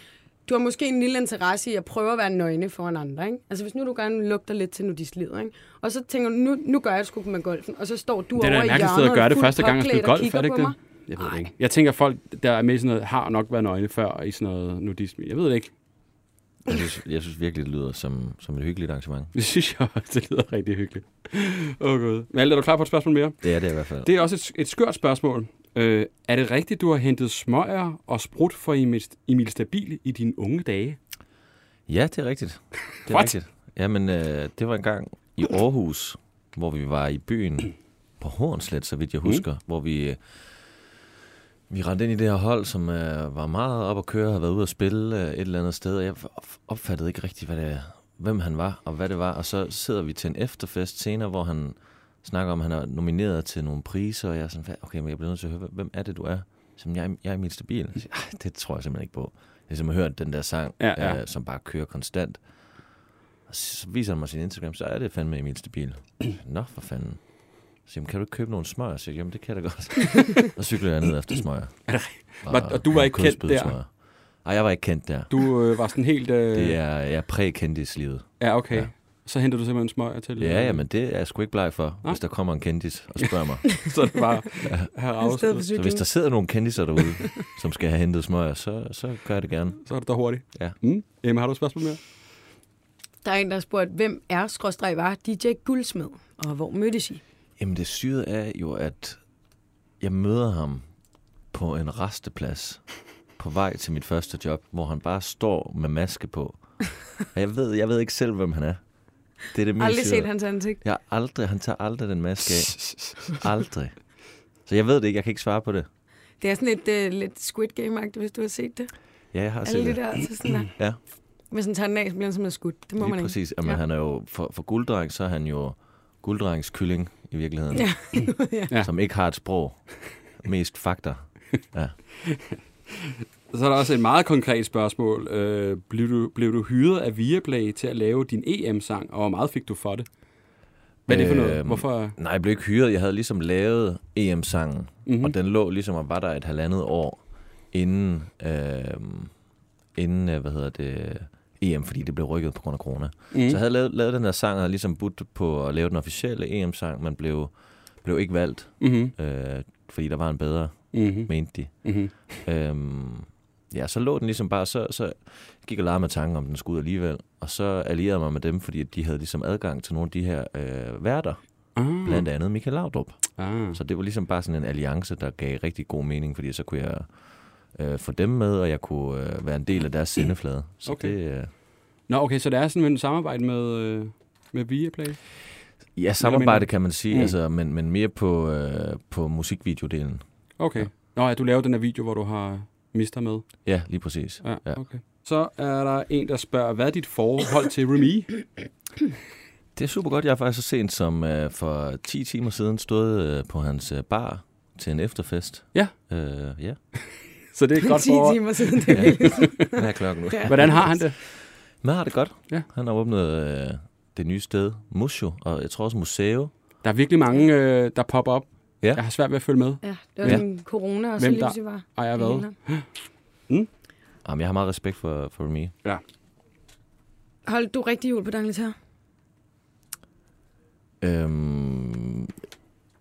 S3: du har måske en lille interesse i at prøve at være nøgne foran andre, ikke? Altså, hvis nu du gerne lugter lidt til nudislider, ikke? Og så tænker du, nu, nu gør jeg det sgu med golfen, og så står du
S2: Det er da
S3: over
S2: et
S3: i
S2: mærkeligt
S3: hjørnet
S2: sted at gøre det
S3: fuldt
S2: første gang at
S3: påklædt
S2: spille
S3: og
S2: golf,
S3: kigger
S2: er det
S3: på
S2: ikke det?
S3: mig.
S2: Jeg ved det ikke. Jeg tænker, folk, der er med i sådan noget, har nok været nøgne før i sådan noget nudisme. Jeg ved det ikke.
S4: Jeg synes, jeg synes virkelig, det lyder som, som et hyggeligt arrangement.
S2: Det synes jeg også, det lyder rigtig hyggeligt. Åh oh, gud. Malte, er du klar på et spørgsmål mere?
S4: Det er det i hvert fald.
S2: Det er også et, et skørt spørgsmål. Øh, er det rigtigt, du har hentet smøger og sprut for Emil, Emil Stabil i dine unge dage?
S4: Ja, det er rigtigt. Det er
S2: What?
S4: rigtigt. Jamen, øh, det var en gang i Aarhus, hvor vi var i byen på Hornslet, så vidt jeg husker, mm. hvor vi, øh, vi rendte ind i det her hold, som øh, var meget op at køre, havde været ude at spille øh, et eller andet sted, og jeg f- opfattede ikke rigtigt, hvad det, hvem han var og hvad det var. Og så sidder vi til en efterfest senere, hvor han snakker om, at han er nomineret til nogle priser, og jeg er sådan, "Hvad? okay, men jeg bliver nødt til at høre, hvem er det, du er? Som jeg, jeg er Emil Stabil. Jeg siger, "Ej, det tror jeg simpelthen ikke på. Jeg har simpelthen hørt den der sang,
S2: Ja, ja.
S4: Øh, som bare kører konstant. Og så viser han mig sin Instagram, så er det fandme Emil Stabil. Nå, for fanden. Så siger, han, kan du ikke købe nogle smøger? Så siger, jeg, jamen det kan jeg da godt. og cykler jeg ned efter smøger.
S2: Og, og du var ikke kendt der.
S4: kødspydesmøger. Nej, jeg var ikke kendt der.
S2: Du øh, var sådan helt... Øh...
S4: Det er, jeg er præ-kendislivet.
S2: Ja, okay. Ja.
S4: Ja.
S2: Så henter du simpelthen smøger til... øh,
S4: Ja, jamen det er jeg sgu ikke bleg for,
S2: Nå.
S4: hvis der kommer en kendis og spørger mig.
S2: Så er det bare her
S3: I stedet
S2: afsted,
S3: for
S4: Så hvis
S3: cykling.
S4: der sidder nogle kendiser derude, som skal have hentet smøger, så, så gør jeg det gerne.
S2: så er det der hurtigt.
S4: Ja.
S2: Mm. Emma, har du et spørgsmål mere?
S3: Der er en, der har spurgt, hvem er, skråstreg var, DJ Guldsmed, og hvor mødtes I?
S4: Jamen det syrede er jo, at jeg møder ham på en resteplads på vej til mit første job, hvor han bare står med maske på. Og jeg ved, jeg ved ikke selv, hvem han er. Det er det mest
S3: Aldrig set
S4: syrede.
S3: hans ansigt.
S4: Jeg har aldrig, han tager aldrig den maske af. Aldrig. Så jeg ved det ikke, jeg kan ikke svare på det.
S3: Det er sådan lidt, øh, lidt Squid Game-agtigt, hvis du har set det.
S4: Ja, jeg har set
S3: Alle de
S4: det.
S3: der, så sådan der.
S4: Ja.
S3: Hvis han tager den af, så bliver han simpelthen skudt. Det må man
S4: Lige
S3: ikke.
S4: præcis. Jamen,
S3: Ja.
S4: ja. han er jo, for, for gulddreng, så er han jo gulddrengskylling i virkeligheden,
S3: Ja. ja.
S2: Ja.
S4: ja. som ikke har et sprog. Mest fakta. Ja.
S2: Så er der også et meget konkret spørgsmål. Øh, blev, du, blev du hyret af Viaplay til at lave din EM-sang, og hvor meget fik du for det? Hvad er det for noget?
S4: Øhm,
S2: Hvorfor?
S4: Nej, jeg blev ikke hyret. Jeg havde ligesom lavet EM-sangen, mm-hmm. og den lå ligesom og var der et halvandet år inden, øh, inden øh, hvad hedder det, EM, fordi det blev rykket på grund af corona. Mm. Så jeg havde lavet, lavet den der sang, og havde ligesom budt på at lave den officielle EM-sang, men blev, blev ikke valgt,
S2: Mhm.
S4: øh, fordi der var en bedre,
S2: Mhm.
S4: mente de.
S2: Mhm.
S4: Øhm, ja, så lå den ligesom bare, så, så gik jeg og legede med tanken om, den skulle ud alligevel. Og så allierede jeg mig med dem, fordi de havde ligesom adgang til nogle af de her øh, værter.
S2: Ah.
S4: Blandt andet Michael Laudrup.
S2: Ah.
S4: Så det var ligesom bare sådan en alliance, der gav rigtig god mening, fordi så kunne jeg øh, få dem med, og jeg kunne øh, være en del af deres sendeflade. Så
S2: Okay.
S4: okay. det, øh,
S2: Nå, okay, så det er sådan et samarbejde med, øh, med Viaplay?
S4: ja, samarbejde
S2: mindre.
S4: kan man sige,
S2: Mm.
S4: mm. altså, men, men mere på, øh, på musikvideodelen.
S2: Okay. Ja. Nå, ja, du laver den her video, hvor du har mister med.
S4: Ja, lige præcis.
S2: Ja,
S4: Ja.
S2: okay. Så er der en, der spørger, hvad er dit forhold til Remy?
S4: Det er super godt. Jeg har faktisk så sent som øh, for 10 timer siden stået øh, på hans øh, bar til en efterfest.
S2: Ja.
S4: Øh, ja.
S2: Så det er et godt
S3: 10
S2: for.
S3: timer siden. Det er vildt.
S4: Hvad er klokken nu?
S3: Ja.
S2: Hvordan har han det?
S4: Men har det godt.
S2: Ja.
S4: Han har åbnet øh, det nye sted, Musho, og jeg tror også Museo.
S2: Der er virkelig mange, øh, der popper op.
S4: Ja.
S2: Jeg har svært ved at følge med.
S3: ja, det var
S4: Ja.
S3: sådan corona, og så
S2: Hvem
S3: lige
S2: der-
S3: pludselig var.
S2: Ej, jeg hvad?
S4: Jamen, jeg har meget respekt for, for Remy.
S3: Holdt du rigtig jul på D'Angleterre?
S4: Øhm,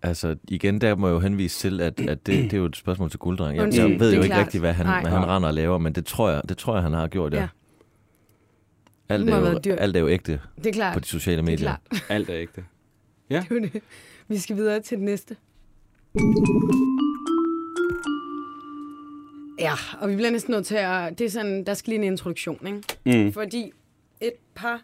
S4: altså, igen, der må jeg jo henvise til, at, at det, det er jo et spørgsmål til gulddreng. Jeg,
S3: Undskyld,
S4: jeg ved
S3: det
S4: jo
S3: er
S4: ikke
S3: klart.
S4: rigtig, hvad han,
S3: Nej.
S4: hvad han render og laver, men det tror jeg, det tror jeg han har gjort, ja.
S3: Ja. Det
S4: Alt,
S3: må
S4: er
S3: have
S4: jo,
S3: været dyrt.
S4: alt er jo ægte
S3: Det er klart.
S4: på de sociale
S3: det er
S4: medier.
S3: klart.
S2: Alt er ægte.
S3: Det er jo det. Vi skal videre til det næste. Ja, og vi bliver næsten nødt til at... Det er sådan, der skal lige en introduktion, ikke?
S2: Mm.
S3: Fordi et par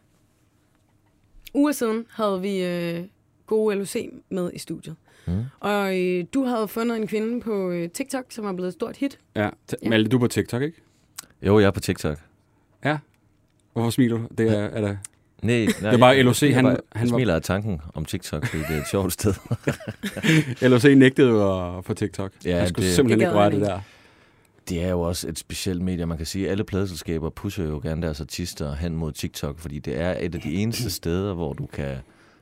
S3: uger siden havde vi øh, gode LOC med i studiet. Mm. Og øh, du havde fundet en kvinde på øh, TikTok, som er blevet et stort hit.
S2: Ja. T-
S3: Ja.
S2: Malte, du er på TikTok, ikke?
S4: Jo, jeg er på TikTok.
S2: Hvorfor smiler du? Det er, er der...
S4: Nej, nej,
S2: er bare
S4: jeg-
S2: LOC,
S4: jeg
S2: han-
S4: bare
S2: han var-
S4: smiler af tanken om TikTok, fordi det er et sjovt sted.
S2: LOC nægtede jo at få TikTok.
S4: Ja,
S2: jeg skulle
S4: det-
S2: simpelthen
S3: Det
S2: ikke
S3: gad
S2: røre
S3: han
S2: det der.
S4: Det er jo også et specielt medie. Man kan sige, at alle pladselskaber pusher jo gerne deres artister hen mod TikTok, fordi det er et af de eneste steder, hvor du kan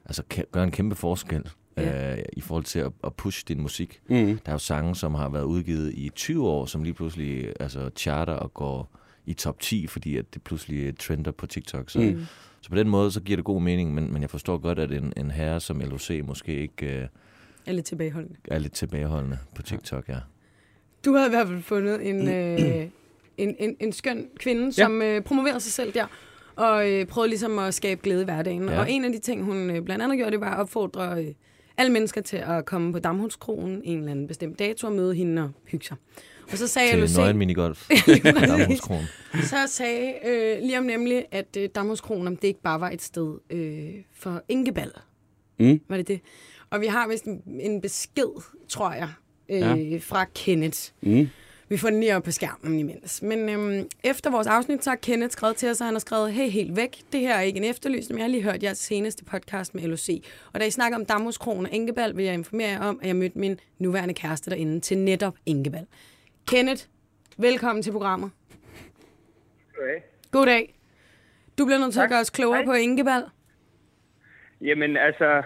S4: altså, kan- gøre en kæmpe forskel
S3: Ja.
S4: øh, i forhold til at, at pushe din musik.
S2: Mm.
S4: Der er jo sange, som har været udgivet i 20 år, som lige pludselig altså, charter og går i top 10, fordi at det pludselig trender på TikTok. Så, mm. så på den måde, så giver det god mening, men, men jeg forstår godt, at en, en herre som LOC måske ikke øh,
S3: Jeg er lidt tilbageholdende.
S4: er lidt tilbageholdende på TikTok, ja.
S3: Du havde i hvert fald fundet en, øh, en, en, en skøn kvinde, som øh, promoverede sig selv der, og øh, prøvede ligesom at skabe glæde i hverdagen. Ja.
S4: Ja.
S3: Og en af de ting, hun øh, blandt andet gjorde, det var at opfordre øh, alle mennesker til at komme på Damhuskronen en eller anden bestemt dato og møde hende og hygge sig. Og så sagde LOC,
S4: Til nøgen minigolf. Damhuskron.
S3: så sagde øh, lige om nemlig, at øh, Damhuskronen, om det ikke bare var et sted øh, for enkeballer.
S2: Mm.
S3: Var det det? Og vi har vist en, en besked, tror jeg, øh, ja. fra Kenneth.
S2: Mm.
S3: Vi får den lige op på skærmen imens. Men øhm, efter vores afsnit, så har Kenneth skrevet til os, og han har skrevet, hey, helt væk, det her er ikke en efterlysning, men jeg har lige hørt jeres seneste podcast med LOC. Og da I snakker om Damhuskronen og Enkebal, vil jeg informere jer om, at jeg mødte min nuværende kæreste derinde til netop Enkebal. Kenneth, velkommen til programmet.
S9: Okay.
S3: Goddag. Du bliver nødt til at gøre os klogere på Enkebal.
S9: Jamen altså,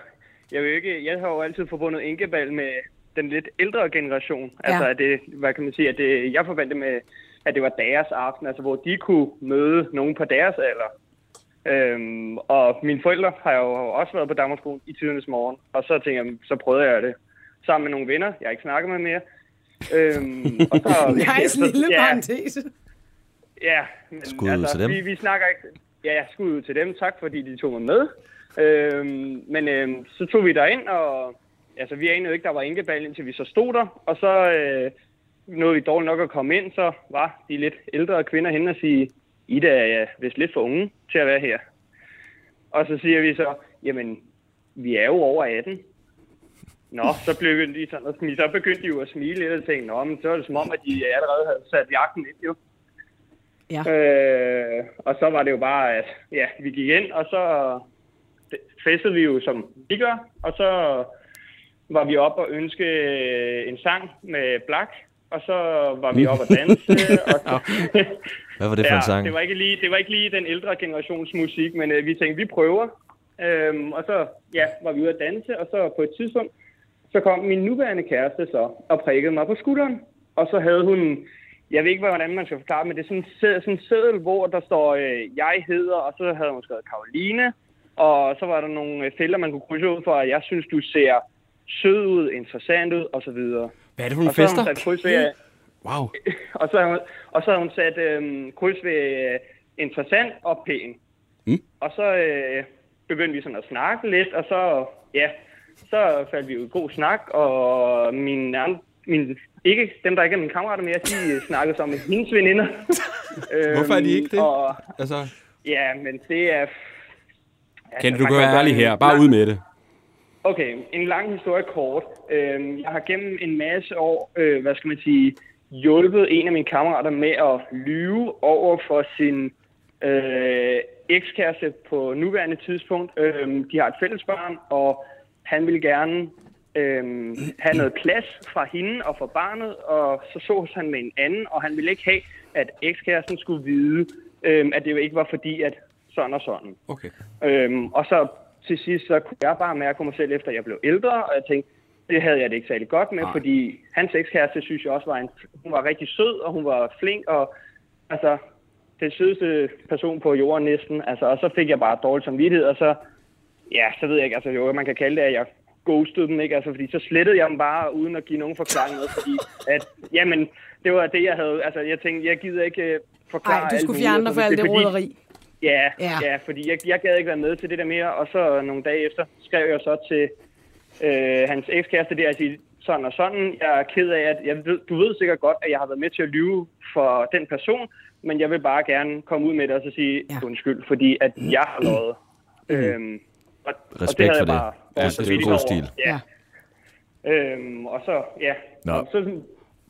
S9: jeg, vil jo ikke, jeg har jo altid forbundet enkebal med den lidt ældre generation. Altså, at det, hvad kan man sige, at det, jeg forventede med, at det var deres aften, altså hvor de kunne møde nogen på deres alder. Øhm, og mine forældre har jo også været på Danmarkskolen i tidernes morgen, og så tænkte jeg, så prøvede jeg det. Sammen med nogle venner, jeg har ikke snakket med mere. Øhm, og så,
S3: Nej,
S9: så-
S3: en lille
S9: ja,
S3: parentese.
S9: Ja, men altså,
S4: Skud ud til dem.
S9: Vi, vi snakker ikke... Ja, ja, skud ud til dem. Tak, fordi de tog mig med. Øhm, men øhm, så tog vi derind, og altså, vi anede jo ikke, der var enkebal, indtil vi så stod der. Og så øh, nåede vi dårligt nok at komme ind, så var de lidt ældre kvinder henne og sige, I da er ja, vist lidt for unge til at være her. Og så siger vi så, jamen, vi er jo over 18. Nå, så blev vi lige sådan at smile. Så begyndte de jo at smile lidt og tænkte, nå, men så er det som om, at de allerede havde sat jagten ind, jo.
S3: Ja.
S9: Øh, og så var det jo bare, at ja, vi gik ind, og så festede vi jo, som vi gør, og så var vi op og ønske øh, en sang med Black, og så var vi op og danse. og så,
S4: Hvad var det for en sang?
S9: det var, ikke lige, det var ikke lige den ældre generations musik, men øh, vi tænkte, vi prøver. Øhm, og så ja, var vi ude at danse, og så på et tidspunkt, så kom min nuværende kæreste så og prikkede mig på skulderen. Og så havde hun, jeg ved ikke, hvordan man skal forklare, men det er sådan en sæd- sådan en seddel, hvor der står, øh, jeg hedder, og så havde hun skrevet Karoline. Og så var der nogle øh, felter, man kunne krydse ud for, at jeg synes, du ser sød ud, interessant ud, og så videre.
S2: Hvad er det for nogle
S9: Og så havde hun
S2: fester?
S9: sat kryds ved, at-
S2: Wow.
S9: og så, havde hun- og så havde hun sat øh, kryds ved øh, interessant og pæn.
S2: Mm.
S9: Og så øh, begyndte vi sådan at snakke lidt, og så, ja, så faldt vi jo i god snak, og min, min ikke, dem, der ikke er mine kammerater mere, de øh, snakkede så med hendes veninder. øhm,
S2: Hvorfor er de ikke det?
S9: Og,
S2: Altså,
S9: ja, men det er... Altså,
S2: kan du
S9: man
S2: kan
S9: gøre
S2: være ærlig
S9: en
S2: her? Bare
S9: lang-
S2: ud med det.
S9: Okay, en lang historie kort. Øhm, jeg har gennem en masse år, øh, hvad skal man sige, hjulpet en af mine kammerater med at lyve over for sin øh, ekskæreste på nuværende tidspunkt. Øhm, de har et fælles barn, og han ville gerne øhm, have noget plads fra hende og fra barnet, og så sås han med en anden, og han ville ikke have, at ekskæresten skulle vide, øhm, at det jo ikke var fordi, at sådan og sådan.
S2: Okay.
S9: Øhm, og så til sidst, så kunne jeg bare mærke på mig selv, efter jeg blev ældre, og jeg tænkte, det havde jeg det ikke særlig godt
S2: Nej.
S9: med, Nej. fordi hans ekskæreste synes jeg også var en, hun var rigtig sød, og hun var flink, og altså, den sødeste person på jorden næsten, altså, og så fik jeg bare dårlig samvittighed, og så, ja, så ved jeg ikke, altså jo, man kan kalde det, at jeg ghostede dem, ikke? Altså, fordi så slettede jeg dem bare, uden at give nogen forklaring med, fordi at, jamen, det var det, jeg havde, altså, jeg tænkte, jeg gider ikke øh, forklare
S3: Nej, du
S9: alt
S3: skulle
S9: muligt,
S3: fjerne dig
S9: altså,
S3: for alt
S9: er
S3: det
S9: fordi-
S3: roderi.
S9: Ja,
S3: Ja.
S9: ja. ja fordi jeg, jeg gad ikke være med til det der mere, og så nogle dage efter skrev jeg så til øh, hans ekskæreste der og sige, sådan og sådan, jeg er ked af, at jeg ved, du ved sikkert godt, at jeg har været med til at lyve for den person, men jeg vil bare gerne komme ud med det og så sige
S3: Ja.
S9: ja. undskyld, fordi at jeg har lovet. øhm, og,
S4: Respekt
S9: havde
S4: for
S9: jeg
S4: det.
S9: bare
S4: Det-
S9: været
S4: det er
S9: vanvittig
S4: god
S9: over.
S4: stil.
S9: Ja. Øhm, og så, ja,
S4: Nå.
S9: og så
S2: så-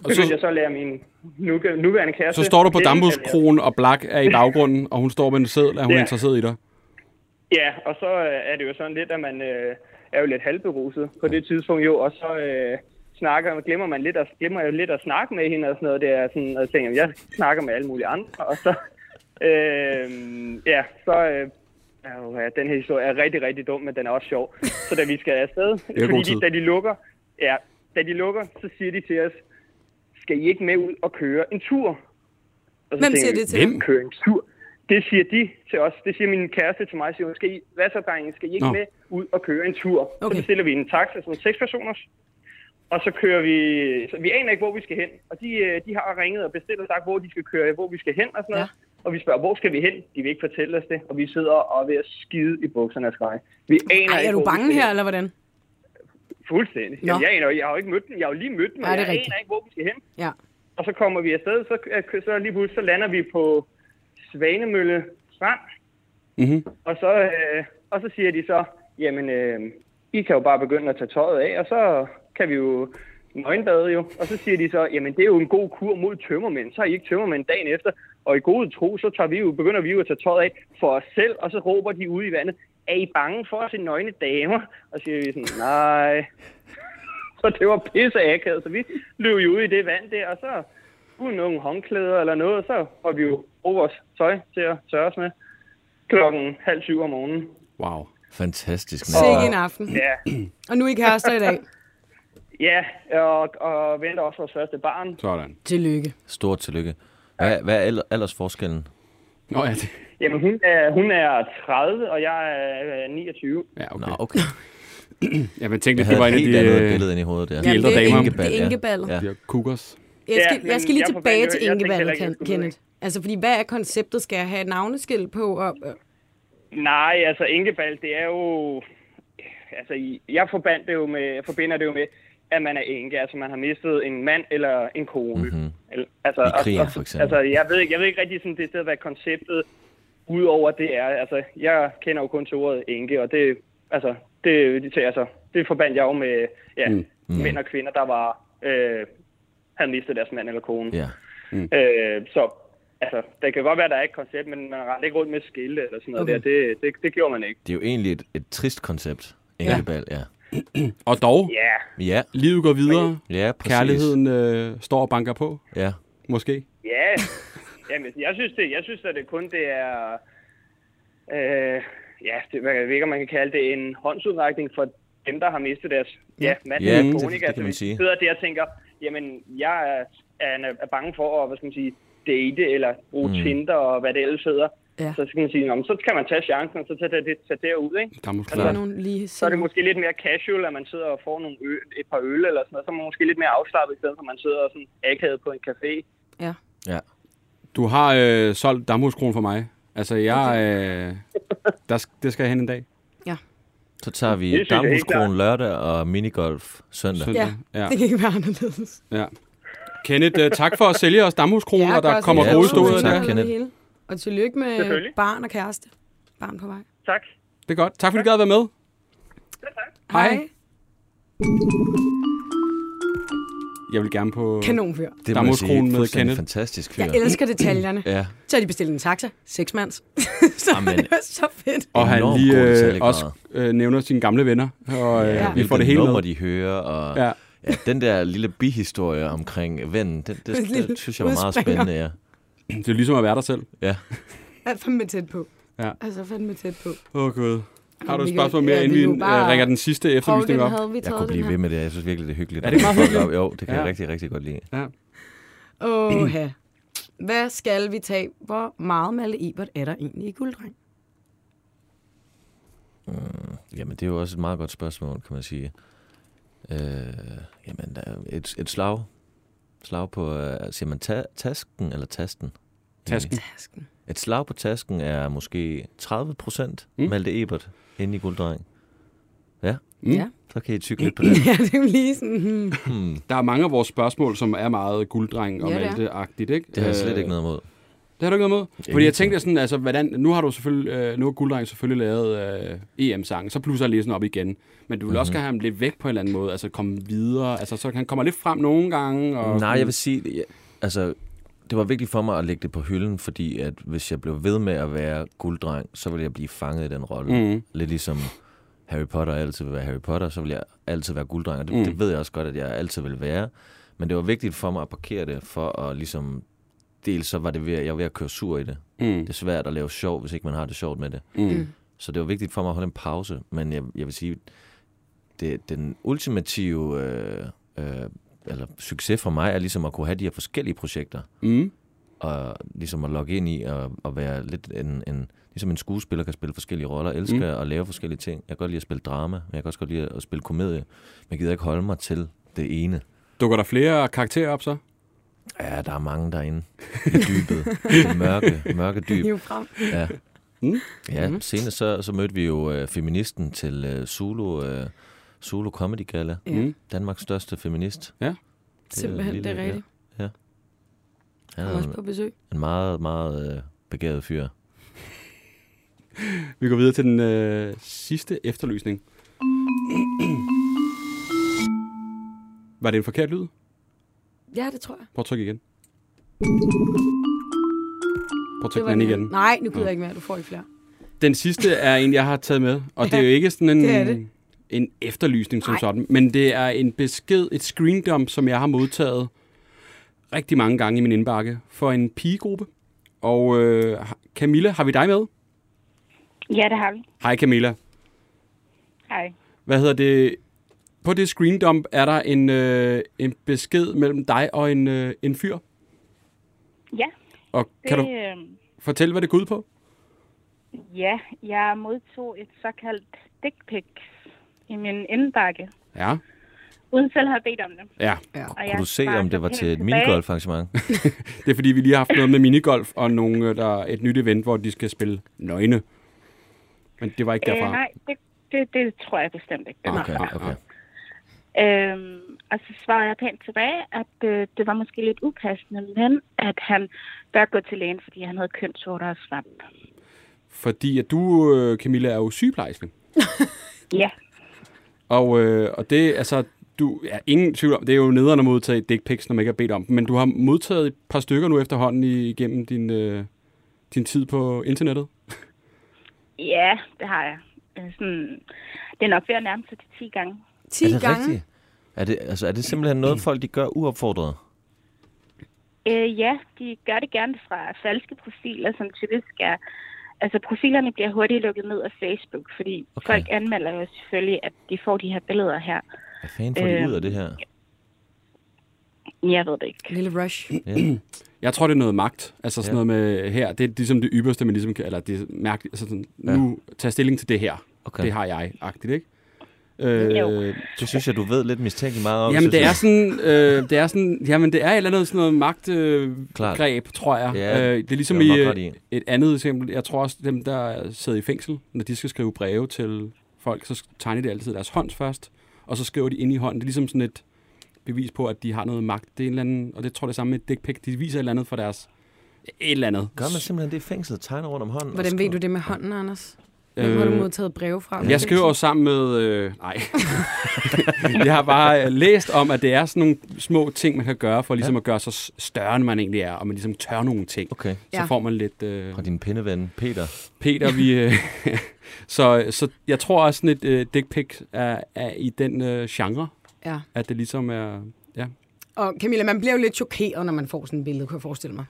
S9: begyndte jeg så at lære min nu, nuværende kæreste.
S2: Så står du på
S9: kende, eller-
S2: Dambudskronen, og Blak er i baggrunden, og hun står med en seddel, at hun er
S9: Ja.
S2: interesseret i dig.
S9: Ja, og så øh, er det jo sådan lidt, at man øh, er jo lidt halvberuset på det tidspunkt jo, og så øh, snakker, glemmer man lidt at, glemmer jeg jo lidt at snakke med hende og sådan noget der, sådan, og tænker, jeg snakker med alle mulige andre, og så, øh, ja, så, øh, åh, ja, den her historie er rigtig, rigtig dum, men den er også sjov. Så da vi skal afsted,
S2: er god
S9: fordi
S2: tid.
S9: de, da de lukker, ja, da de lukker, så siger de til os, skal I ikke med ud og køre en tur? Og så
S3: Hvem
S9: tænker
S3: siger
S9: vi,
S3: det til?
S2: Hvem?
S9: køre en tur. Det siger de til os. Det siger min kæreste til mig. Siger, hun, skal I, hvad så, drenge? Skal I ikke
S2: Nå.
S9: Nå. med ud og køre en tur? Okay.
S3: Okay.
S9: Så bestiller vi en taxa, sådan seks personers. Og så kører vi... Så vi aner ikke, hvor vi skal hen. Og de, øh, de har ringet og bestilt og sagt, hvor de skal køre, hvor vi skal hen og sådan noget. Ja. Og vi spørger, hvor skal vi hen? De vil ikke fortælle os det. Og vi sidder og er ved at skide i bukserne af skræk. Vi aner
S3: Ej,
S9: ikke,
S3: er du
S9: hvor vi
S3: bange
S9: skal
S3: her,
S9: hen.
S3: eller hvordan?
S9: Fuldstændig.
S3: Nå.
S9: Jamen, jeg, aner, jo- jeg har jo ikke mødt dem. Jeg har jo lige mødt dem,
S3: Nej,
S9: og
S3: det er
S9: jeg
S3: rigtigt.
S9: aner ikke, hvor vi skal hen.
S3: Ja.
S9: Og så kommer vi afsted, så, øh, så lige pludselig, så lander vi på Svanemølle Strand.
S2: Mhm.
S9: Og, så, øh, og så siger de så, jamen, øh, I kan jo bare begynde at tage tøjet af, og så kan vi jo nøgenbade jo. Og så siger de så, jamen, det er jo en god kur mod tømmermænd, så er I ikke tømmermænd dagen efter. Og i gode tro, så tager vi jo, begynder vi jo at tage tøjet af for os selv, og så råber de ude i vandet, er I bange for at se nøgne damer? Og så siger vi sådan, nej, så det var pisse akavet, så vi løb jo ud i det vand der, og så uden nogen håndklæder eller noget, så var vi jo over vores tøj til at tørre os med klokken halv syv om morgenen.
S2: Wow.
S4: Fantastisk. mand.
S3: Sikke en aften.
S9: Ja,
S3: Og nu er I kærester i dag.
S9: ja og, og venter også vores første barn.
S2: Sådan.
S3: Tillykke.
S4: Stort tillykke. Hvad, hvad er al- aldersforskellen?
S2: Nå ja, det,
S9: Jamen, hun er, hun er 30, og jeg er øh, 29.
S2: ja
S4: Nå,
S2: okay.
S4: okay.
S2: Ja, men tænkte,
S4: Jeg
S2: at det
S4: havde
S2: var
S4: et
S2: en af
S4: helt
S2: de,
S4: andet
S2: øh,
S4: billede ind i hovedet der.
S3: Jamen,
S2: ældre
S3: det er
S2: damer.
S3: enke- Det er
S4: Ja.
S3: enkeballet.
S4: Ja.
S2: de her kukkers.
S3: Jeg skal,
S9: Ja,
S3: jeg skal lige
S9: jeg får
S3: tilbage
S9: fandme-
S3: til
S9: jeg tænkte heller
S3: enkeballet,
S9: ikke, jeg skulle
S3: Kenneth. Altså, fordi hvad er konceptet? Skal jeg have et navneskilt på? Og, øh,
S9: Nej, altså Ingebald, det er jo... Altså, i- jeg forbandt det jo med, forbinder det jo med, at man er enke. Altså, man har mistet en mand eller en kone.
S4: Mhm.
S9: Eller- Altså,
S4: I
S9: og-
S4: krigen,
S9: og-
S4: for eksempel.
S9: Altså, jeg ved, ikke- jeg ved ikke rigtig sådan det sted, hvad konceptet udover det er. Altså, jeg kender jo kun til ordet enke, og det, altså, det, det, altså, det forbandt jeg jo med ja, mm. mænd og kvinder, der var, øh, havde mistet deres mand eller kone.
S4: Ja.
S9: Øh, så altså, det kan godt være, at der er et koncept, men man rendte ikke rundt med skilte eller sådan noget
S3: Okay.
S9: okay. der. Det, det, det gjorde man ikke.
S4: Det er jo egentlig et, et trist koncept, Ingebal. Ja.
S2: Og dog,
S9: Ja,
S4: Ja,
S2: livet går videre.
S4: ja præcis.
S2: Kærligheden øh, står og banker på,
S4: Ja.
S2: måske.
S9: ja. Jamen, jeg synes, det, jeg synes at det kun det er... Øh, ja, det, man, jeg ved ikke, om man kan kalde det en håndsudrækning for dem, der har mistet deres ja, mand
S4: Ja,
S9: eller
S4: det-
S9: kone.
S4: det
S9: ikke?
S4: kan
S9: Altså,
S4: man
S9: hvis
S4: sige.
S9: de sidder der og tænker, jamen, jeg er, er, er bange for at hvad skal man sige, date eller bruge mm. Tinder og hvad det ellers hedder.
S3: Ja.
S9: Ja. Så skal man sige, "Nå, men så kan man tage chancen, og så tage det, tage derud, ikke?
S2: Der er måske
S3: ja.
S2: klart.
S3: nogen lige
S9: så er det måske lidt mere casual, at man sidder og får nogle ø- et par øl eller sådan noget. Så er man måske lidt mere afslappet, i stedet for at man sidder og sådan akavet på en café.
S3: Ja.
S2: Du har øh, solgt Damhuskronen for mig. Altså, jeg... Øh, der, sk- det skal jeg hen en dag.
S4: Så tager vi
S9: Det synes jeg helt
S4: Damhuskron lørdag og minigolf søndag.
S2: Søndag.
S3: Ja,
S2: Ja.
S3: det kan ikke være anderledes.
S2: Ja. Kenneth, øh, tak for at sælge os Damhuskronen, ja, og der
S3: godt,
S2: kommer
S3: så
S4: Ja,
S2: gode
S3: tusind
S2: stod.
S4: tusind
S2: Ja.
S4: tak.
S3: og
S4: Kenneth.
S3: det hele. Og tillykke med
S9: Selvfølgelig.
S3: barn og kæreste. Barn på vej.
S9: Tak.
S2: Det er godt. Tak fordi du gad at være med. Hej. Jeg vil gerne på...
S3: Kanonfyr.
S4: Det
S2: Damhuskronen med
S4: fuldstændig
S2: Kenneth.
S4: fantastisk fyr.
S3: Jeg elsker detaljerne.
S4: Ja,
S3: Så har de bestilt en taxa. Seksmands. Så
S4: Amen.
S3: det var så fedt.
S2: Og han
S4: Enormt
S2: lige
S4: gode
S2: øh,
S4: detaljegrader.
S2: også øh, nævner sine gamle venner, og øh, ja. vi får det hele
S4: nummer,
S2: med.
S4: de hører, og
S2: Ja.
S4: ja. Ja, den der lille bihistorie omkring vennen, den, det,
S3: lille
S4: det, det synes jeg var meget
S3: udspringer.
S4: spændende. Ja.
S2: Det er ligesom at være der selv.
S4: ja.
S3: Jeg er fandme tæt på.
S2: Ja.
S3: Altså fandme tæt på.
S2: Åh, oh, gud. Har du
S3: vi
S2: et
S3: kan-
S2: spørgsmål mere,
S3: ja,
S2: inden
S3: vi
S2: vi
S3: kan jo
S2: øh,
S3: bare-
S2: ringer den sidste
S3: Og den
S2: efterlysning op?
S3: havde vi
S4: Jeg
S3: taget
S4: kunne
S3: den
S4: blive
S3: her.
S4: ved med det. Jeg synes virkelig, det er hyggeligt.
S2: Er det ikke meget hyggeligt?
S4: Jo, det kan jeg
S2: Ja.
S4: rigtig, rigtig godt lide.
S2: Ja.
S3: Åh, Hvad skal vi tage? Hvor meget Malte Ebert er der egentlig i gulddreng?
S4: Jamen, det er jo også et meget godt spørgsmål, kan man sige. Øh, jamen, der er et, et slag. Slag på, øh, siger man ta- tasken eller tasten?
S2: Tasken.
S3: Tasken.
S4: Et slag på tasken er måske 30 procent
S2: Mm.
S4: mm. Malte Ebert inde i Gulddreng. Ja,
S2: Mm.
S3: Ja.
S4: så kan I tykke lidt på det.
S3: ja, det er jo lige sådan... Hmm.
S2: Der er mange af vores spørgsmål, som er meget gulddreng og
S3: Ja, det er.
S2: malteagtigt, ikke?
S4: Det har jeg slet
S2: Øh,
S4: ikke noget imod.
S2: Det har du ikke noget med? Fordi jeg
S4: Ingenting.
S2: tænkte sådan, altså, hvordan, nu har du selvfølgelig, øh, nu har Gulddreng selvfølgelig lavet øh, EM-sangen, så plusser jeg lige sådan op igen. Men du vil mm-hmm.
S4: Mhm.
S2: også gerne have ham lidt væk på en eller anden måde, altså komme videre, altså så han kommer lidt frem nogle gange. Og,
S4: Nej, jeg vil sige, ja, altså, det var vigtigt for mig at lægge det på hylden, fordi at hvis jeg blev ved med at være gulddreng, så ville jeg blive fanget i den rolle.
S2: Mhm.
S4: Lidt ligesom Harry Potter altid vil være Harry Potter, så vil jeg altid være gulddreng, og det,
S2: Mm.
S4: mm. det ved jeg også godt, at jeg altid vil være. Men det var vigtigt for mig at parkere det, for at ligesom, dels så var det ved, at jeg var ved at køre sur i det.
S2: Mm,
S4: Det er svært at lave sjov, hvis ikke man har det sjovt med det.
S2: mm,
S4: Så det var vigtigt for mig at holde en pause, men jeg, jeg vil sige, det, den ultimative øh, øh, eller succes for mig er ligesom at kunne have de her forskellige projekter,
S2: mm,
S4: og ligesom at logge ind i og, og være lidt en, en, ligesom en skuespiller kan spille forskellige roller, elsker mm. at lave forskellige ting. Jeg kan godt lide at spille drama, men jeg kan også godt lide at spille komedie, men jeg gider ikke holde mig til det ene.
S2: Dukker der flere karakterer op så?
S4: Ja, der er mange derinde i dybet, det mørke, mørke dyb.
S3: Hiv frem.
S4: Ja.
S2: Mm.
S4: Ja, mm. senest så, så mødte vi jo øh, feministen til øh, Zulu, øh, Zulu Comedy Gala.
S3: Ja.
S2: Mm.
S4: Danmarks største feminist.
S3: Simpelthen, det
S4: lille,
S3: er
S4: ja.
S3: rigtigt.
S4: Han
S3: Kom
S4: er
S3: også
S4: en,
S3: på besøg.
S4: en meget, meget øh, begavet fyr.
S2: Vi går videre til den øh, sidste efterlysning. Var det en forkert lyd?
S3: Ja, det tror jeg.
S2: Prøv at trykke igen. Prøv at
S3: Det
S2: trykke den
S3: her.
S2: igen.
S3: Nej, nu gider jeg ikke mere. Du får ikke flere.
S2: Den sidste er en, jeg har taget med, og det er
S3: Ja,
S2: jo ikke sådan en,
S3: det er det.
S2: en efterlysning som
S3: Nej.
S2: sådan, men det er en besked, et screen dump, som jeg har modtaget rigtig mange gange i min indbakke for en pigegruppe. Og øh, Camilla, har vi dig med?
S10: Ja, det har vi.
S2: Hej Camilla.
S10: Hej.
S2: Hvad hedder det? På det screen dump er der en, øh, en besked mellem dig og en, øh, en fyr.
S10: Ja,
S2: Og
S10: det,
S2: kan du
S10: øh,
S2: fortælle, hvad det går ud på?
S10: ja, jeg modtog et såkaldt dick pic i min indbakke,
S2: Ja.
S10: uden selv at have bedt om det.
S2: Ja,
S10: Og
S4: Kunne du se, om det var til et
S10: minigolf?
S4: minigolfarrangement?
S2: det er fordi, vi lige har haft noget med minigolf og nogle, øh, der et nyt event, hvor de skal spille nøgne. Men det var ikke
S10: Øh,
S2: derfra.
S10: nej, det, det, det tror jeg bestemt ikke. det var.
S4: Okay, okay.
S10: Øhm, og så svarede jeg pænt tilbage, at øh, det var måske lidt upassende, men at han bør gå til lægen, fordi han havde kønssorter og svamp.
S2: Fordi at du, øh, Camilla, er jo sygeplejerske.
S10: Ja,
S2: Og, øh, og det, altså, du er ja, ingen tvivl om, det er jo nederen at modtage dick pics, når man ikke har bedt om dem. Men du har modtaget et par stykker nu efterhånden i- igennem din, øh, din tid på internettet.
S10: ja det har jeg. Øh, Sådan, det er nok ved at nærme sig til 10 gange.
S3: 10
S4: Er det
S3: gange.
S4: rigtigt? Er det, altså, er det simpelthen noget,
S2: Mm.
S4: folk de gør uopfordret?
S10: Øh, ja, de gør det gerne fra falske profiler, som typisk er... Altså, profilerne bliver hurtigt lukket ned af Facebook, fordi
S4: Okay.
S10: okay. folk anmelder jo selvfølgelig, at de får de her billeder her.
S4: Hvad fanden får de
S2: Øhm.
S10: Øh,
S4: ud af det her?
S10: Jeg ved det ikke.
S3: Lille rush.
S2: Jeg tror, det er noget magt. Altså sådan
S4: Ja.
S2: noget med her, det er ligesom det ypperste, man ligesom kan, eller det er mærkeligt, altså sådan, ja. nu tag stilling til det her.
S4: Okay.
S2: Det har jeg, agtigt, ikke? Øh,
S4: Det synes jeg, du ved lidt mistænkeligt meget om.
S2: Jamen
S4: synes
S2: det er
S4: jeg.
S2: sådan, øh, det er sådan, jamen det er et eller andet sådan noget
S4: Klart.
S2: magtgreb, øh, tror jeg.
S4: Ja,
S2: øh, det er ligesom
S4: det er
S2: i,
S4: du nok ret
S2: øh,
S4: i.
S2: et andet eksempel. Jeg tror også, dem der sidder i fængsel, når de skal skrive breve til folk, så tegner de altid deres hånd først, og så skriver de ind i hånden. Det er ligesom sådan et bevis på, at de har noget magt. Det er en eller anden, og det tror jeg det er samme med et dick pic. De viser et eller andet for deres et eller andet.
S4: Gør man simpelthen det i fængslet, tegner rundt om hånden? og
S3: Hvordan ved
S4: skriver-
S3: du det med hånden, Anders? Hvem har du
S2: Øh,
S3: modtaget breve fra?
S2: Jeg skriver jo sammen med... Øh, nej. jeg har bare øh, læst om, at det er sådan nogle små ting, man kan gøre, for ligesom at gøre sig s- større, end man egentlig er, og man ligesom tør nogle ting.
S4: Okay.
S2: Så
S3: Ja.
S2: får man lidt... Øh,
S4: Fra din pindeven, Peter.
S2: Peter, vi... Øh, så, øh, så jeg tror også, sådan et øh, dick pic er, er i den øh, genre,
S3: Ja.
S2: at det ligesom er... Ja.
S3: Og Camilla, man bliver jo lidt chokeret, når man får sådan et billede, kunne jeg forestille mig.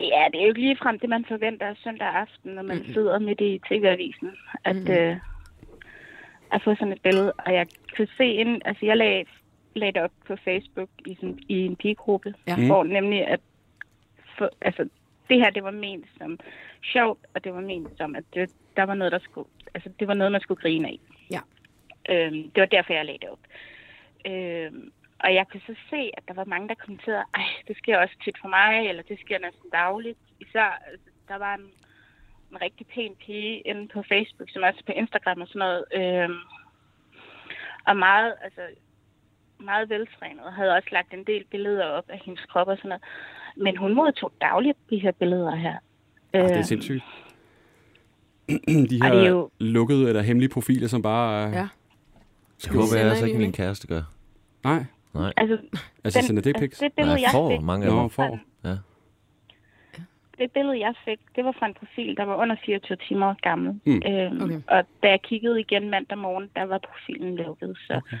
S10: Ja, det er jo ikke ligefrem det, man forventer søndag aften, når man sidder midt i TV-avisen, at, øh, at få sådan et billede. Og jeg kunne se en, altså jeg lagde, lagde det op på Facebook i, sådan, i en pigegruppe,
S3: Ja.
S10: ja.
S3: Mm.
S10: hvor nemlig at, for, altså det her, det var ment som sjovt, og det var ment som, at det, der var noget, der skulle, altså det var noget, man skulle grine af.
S3: Ja.
S10: Øhm, det var derfor, jeg lagde det op. Øhm, og jeg kunne så se, at der var mange, der kommenterede, ej, det sker også tit for mig, eller det sker næsten dagligt. Især, altså, der var en, en rigtig pæn pige inde på Facebook, som også på Instagram og sådan noget. Øhm, og meget, altså, meget veltrænet, og havde også lagt en del billeder op af hendes krop og sådan noget. Men hun modtog dagligt de her billeder her.
S2: Arh, Ah, det er
S10: Øhm,
S2: sindssygt. De
S10: Ej, det er
S2: her
S10: jo-
S2: lukkede eller hemmelige profiler, som bare... Øh,
S3: Ja.
S4: Det håber jeg
S3: sender
S4: altså ikke,
S3: alligevel
S4: min kæreste gør.
S2: Nej.
S4: Nej.
S10: Altså,
S2: Altså, sender dick pics?
S10: altså, det billede, jeg
S4: får
S10: fik,
S4: mange af
S2: Nå,
S4: dem.
S2: for.
S4: Ja.
S10: det billede, jeg fik, det var fra en profil, der var under 24 timer gammel.
S2: Mm.
S10: Øhm,
S3: Okay.
S10: okay. Og da jeg kiggede igen mandag morgen, der var profilen lukket. Så okay.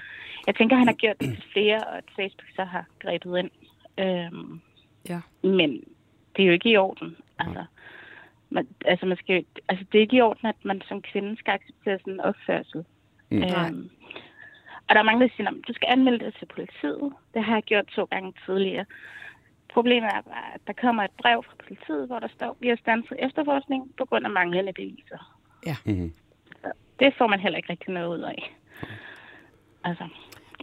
S10: jeg tænker, han har gjort det til flere, og at Facebook så har grebet ind. Øhm,
S3: Ja.
S10: Men det er jo ikke i orden. Altså, man, altså, man skal, jo- altså, det er ikke i orden, at man som kvinde skal acceptere sådan en opførsel.
S2: Mm.
S3: Nej.
S10: Øhm, og der er mange, der siger, at du skal anmelde det til politiet. Det har jeg gjort to gange tidligere. Problemet er bare, at der kommer et brev fra politiet, hvor der står, vi har stanset efterforskning på grund af manglende beviser.
S3: Ja.
S2: Mhm.
S10: Så det får man heller ikke rigtig noget ud af. Altså,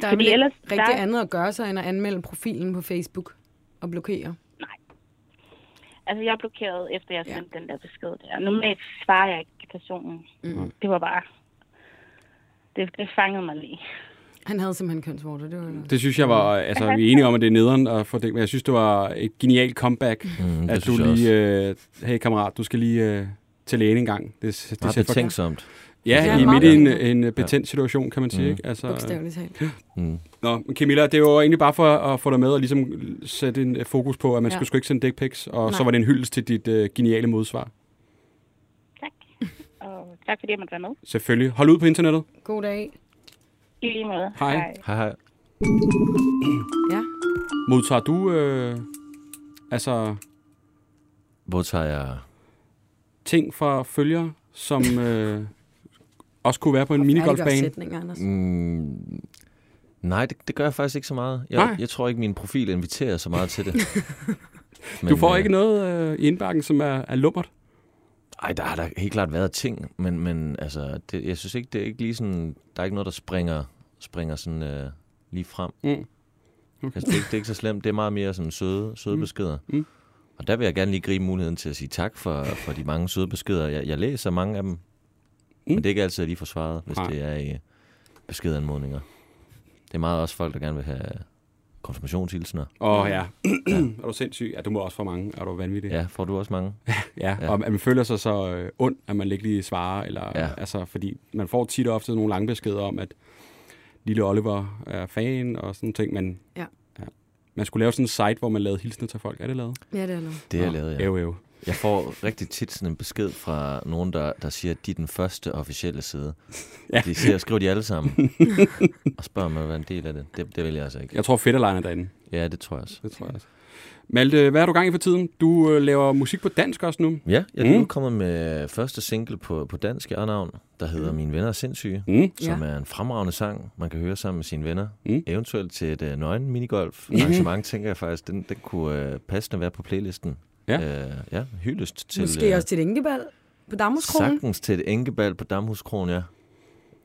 S3: Der er
S10: Fordi
S3: vel ellers,
S10: ellers-
S3: rigtig
S10: der-
S3: andet at gøre sig, end at anmelde profilen på Facebook og blokere.
S10: altså jeg blokerede, efter jeg
S3: Ja.
S10: sendte den der besked der. Normalt svarer jeg ikke personen. Mm. Det var bare... Det, det fangede mig lige.
S3: Han havde simpelthen kønsvorter, det var jo...
S2: Det synes jeg var, altså vi er enige om, at det er nederen at få det, men jeg synes, det var et genialt comeback, mm,
S4: det
S2: at du
S4: synes jeg
S2: lige, øh, hey kammerat, du skal lige øh, til lægen en gang. Det, det,
S4: Meget
S2: ser for-
S4: betænksomt.
S2: Ja,
S3: Ja,
S2: i
S3: meget
S2: midt i en,
S3: betænkt.
S2: en øh, betændt situation, kan man
S4: Mm.
S2: sige. Ikke? Altså, øh,
S3: Bogstaveligt talt.
S2: nå, men Camilla, det var egentlig bare for at få dig med og ligesom sætte en øh, fokus på, at man
S3: Ja.
S2: ja. skulle sgu ikke sende dick pics, og Nej. så
S3: Nej.
S2: var det en hyldest til dit øh, geniale modsvar.
S10: Tak. Og tak fordi jeg måtte være med.
S2: Selvfølgelig. Hold ud på internettet.
S3: God dag.
S10: I lige måde.
S2: Hej.
S4: Hej, hej.
S3: Ja.
S2: Modtager du øh, altså
S4: Hvor tager jeg...
S2: ting fra følgere, som øh, også kunne være på en
S3: Færdiggør
S2: minigolfbane?
S3: sætninger, Anders.
S4: Mm, nej, det, det gør jeg faktisk ikke så meget. Jeg,
S2: Nej.
S4: jeg tror ikke, min profil inviterer så meget til det. Men,
S2: Du får
S4: øh,
S2: ikke noget øh, i indbakken, som er, er lummert?
S4: Ej, der har da helt klart været ting, men, men altså, det, jeg synes ikke, det er ikke lige sådan, der er ikke noget, der springer, springer sådan øh, lige frem.
S2: Mm.
S4: Okay. Altså, det, er ikke- det er ikke så slemt, det er meget mere sådan søde, søde mm. beskeder. Mm. Og der vil jeg gerne lige gribe muligheden til at sige tak for, for de mange søde beskeder. Jeg, jeg læser mange af dem, mm. men det er ikke altid, jeg lige får svaret, hvis
S2: Nej.
S4: det er i øh, beskedanmodninger. Det er meget også folk, der gerne vil have konfirmationshilsener.
S2: Åh oh, ja. er du sindssyg? Ja, du må også få mange. Er du vanvittig?
S4: Ja, får du også mange?
S2: ja.
S4: Ja.
S2: Og man man føler sig så øh, ond, at man ikke lige svarer. Eller,
S4: Ja.
S2: ja. altså, fordi man får tit og ofte nogle lange beskeder om, at lille Oliver er fan og sådan nogle ting. Men
S3: Ja.
S2: Ja. man skulle lave sådan en site, hvor man lavede hilsner til folk. Er det lavet?
S3: Ja, det er lov.
S4: Det har jeg
S2: Nå,
S4: lavet, ja.
S2: Æv, æv.
S4: Jeg får rigtig tit sådan en besked fra nogen, der, der siger, at de er den første officielle side. Ja. De siger, skriver de alle sammen. og spørger mig, hvad en del af det. det. Det vil jeg altså ikke.
S2: Jeg tror fætterlejen er derinde.
S4: Ja, det tror jeg også.
S2: Det tror jeg også. Malte, hvad er du gang i for tiden? Du øh, laver musik på dansk også nu.
S4: Ja, jeg er mm. kommet med første single på, på dansk i navn, der hedder Mine venner er sindssyge,
S2: Mm.
S4: som er en fremragende sang, man kan høre sammen med sine venner.
S2: Mm.
S4: Eventuelt til et øh, nøgen minigolf arrangement, tænker jeg faktisk, den, den kunne øh, passende være på playlisten.
S2: Ja.
S4: øh, ja hyldest til... øh,
S3: Måske
S2: øh,
S3: også til et enkebal på Damhuskronen.
S4: Sagtens til et enkebal på Damhuskronen, ja.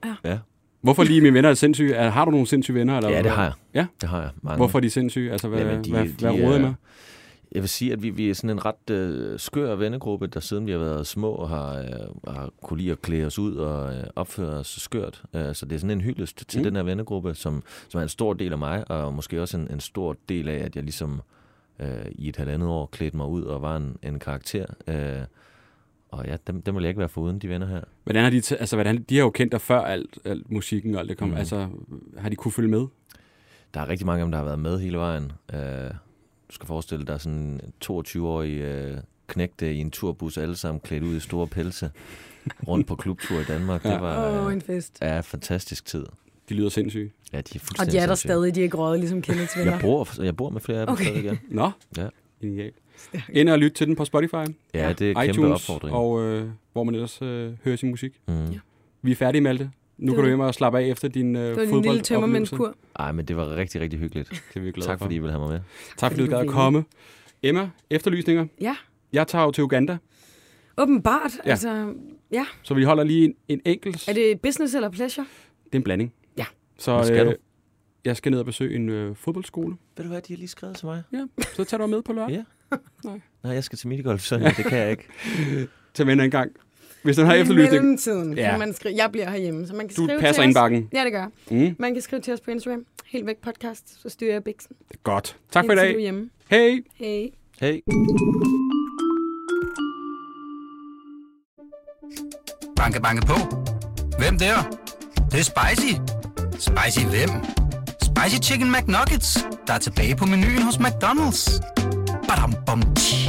S3: Ja.
S4: ja.
S2: Hvorfor lige mine venner er sindssyge? Er, har du nogle sindssyge venner? Eller
S4: Ja,
S2: hvad?
S4: det har jeg.
S2: Ja?
S4: Det har jeg. Mange.
S2: Hvorfor er de sindssyge? Altså, hvad,
S4: Jamen,
S2: de,
S4: de-
S2: hvad,
S4: de
S2: hvad roder I
S4: er-
S2: med?
S4: Jeg vil sige, at vi, vi er sådan en ret øh, skør vennegruppe, der siden vi har været små, har, øh, har kunne lide at klæde os ud og øh, opføre os skørt. Øh, så det er sådan en hyldest til mm. den her vennegruppe, som, som er en stor del af mig, og måske også en, en stor del af, at jeg ligesom øh, i et halvandet år klædte mig ud og var en, en karakter. Øh, Og ja, dem, dem vil jeg ikke være foruden, de venner her.
S2: Hvordan har de, t- altså, hvordan, de har jo kendt dig før alt, alt musikken og alt det kom. Mm.
S4: Mhm.
S2: Altså, har de kunne følge med?
S4: Der er rigtig mange af dem, der har været med hele vejen. Øh, du skal forestille dig sådan en 22-årig øh, knægte i en turbus, alle sammen klædt ud i store pelse, rundt på klubtur i Danmark.
S2: Ja.
S4: Det var øh,
S3: Åh, en fest.
S4: Ja, fantastisk tid.
S2: De lyder sindssyge.
S4: Ja, de er fuldstændig
S3: Og de er der
S4: sindssyge.
S3: stadig, de er ikke røget, ligesom Kenneths venner.
S4: Jeg bor, jeg bor med flere af dem
S3: Okay.
S4: okay. stadig, ja.
S2: Nå,
S4: Ja.
S2: genialt. Ind og lyt til den på Spotify.
S4: Ja, det er en
S2: iTunes,
S4: kæmpe opfordring.
S2: Og øh, hvor man ellers øh, hører sin musik.
S4: Mm. Ja.
S2: Vi er færdige, Malte. Nu
S3: Det
S2: kan
S3: var
S2: du
S3: det.
S2: hjem og slappe af efter din øh,
S3: Det var en lille
S2: fodboldoplevelse.
S3: tømmermændskur.
S4: Ej, men det var rigtig, rigtig hyggeligt.
S2: Det er vi glade
S4: tak
S2: for.
S4: fordi I ville have mig med.
S2: Tak fordi du
S3: Fordi du
S2: gad at
S3: ville.
S2: komme. Emma, efterlysninger.
S3: Ja,
S2: Jeg tager jo til Uganda,
S3: åbenbart.
S2: Ja.
S3: Ja. Altså, ja.
S2: så vi holder lige en, en enkelt.
S3: Er det business eller pleasure?
S2: Det er en blanding.
S3: Ja.
S2: Så
S4: Hvad skal
S2: øh,
S4: du?
S2: jeg skal ned og besøge en øh, fodboldskole.
S4: Ved du hvad, de har lige skrevet til mig?
S2: Ja, så tager du med på lørdag.
S4: Ja. Nej, jeg skal til minigolf søndag, det kan jeg ikke.
S2: Til venner en gang. Hvis den har
S3: I
S2: efterlysning,
S3: mellemtiden
S2: Ja.
S3: ja. kan man skrive. Jeg bliver herhjemme, så man kan
S2: du
S3: skrive
S2: passer
S3: til os.
S2: indbakken.
S3: Ja, det gør jeg.
S2: Mm.
S3: Man kan skrive til os på Instagram. Helt væk podcast, så styrer jeg biksen.
S2: Godt. Tak for i
S3: indtil du er
S2: dag.
S3: hjemme.
S2: Hej.
S3: Hej.
S4: Hey.
S1: Banke, banke på. Hvem der? Det, det er spicy. Spicy hvem? Spicy Chicken McNuggets, der er tilbage på menuen hos McDonald's. Badum, bom, tji.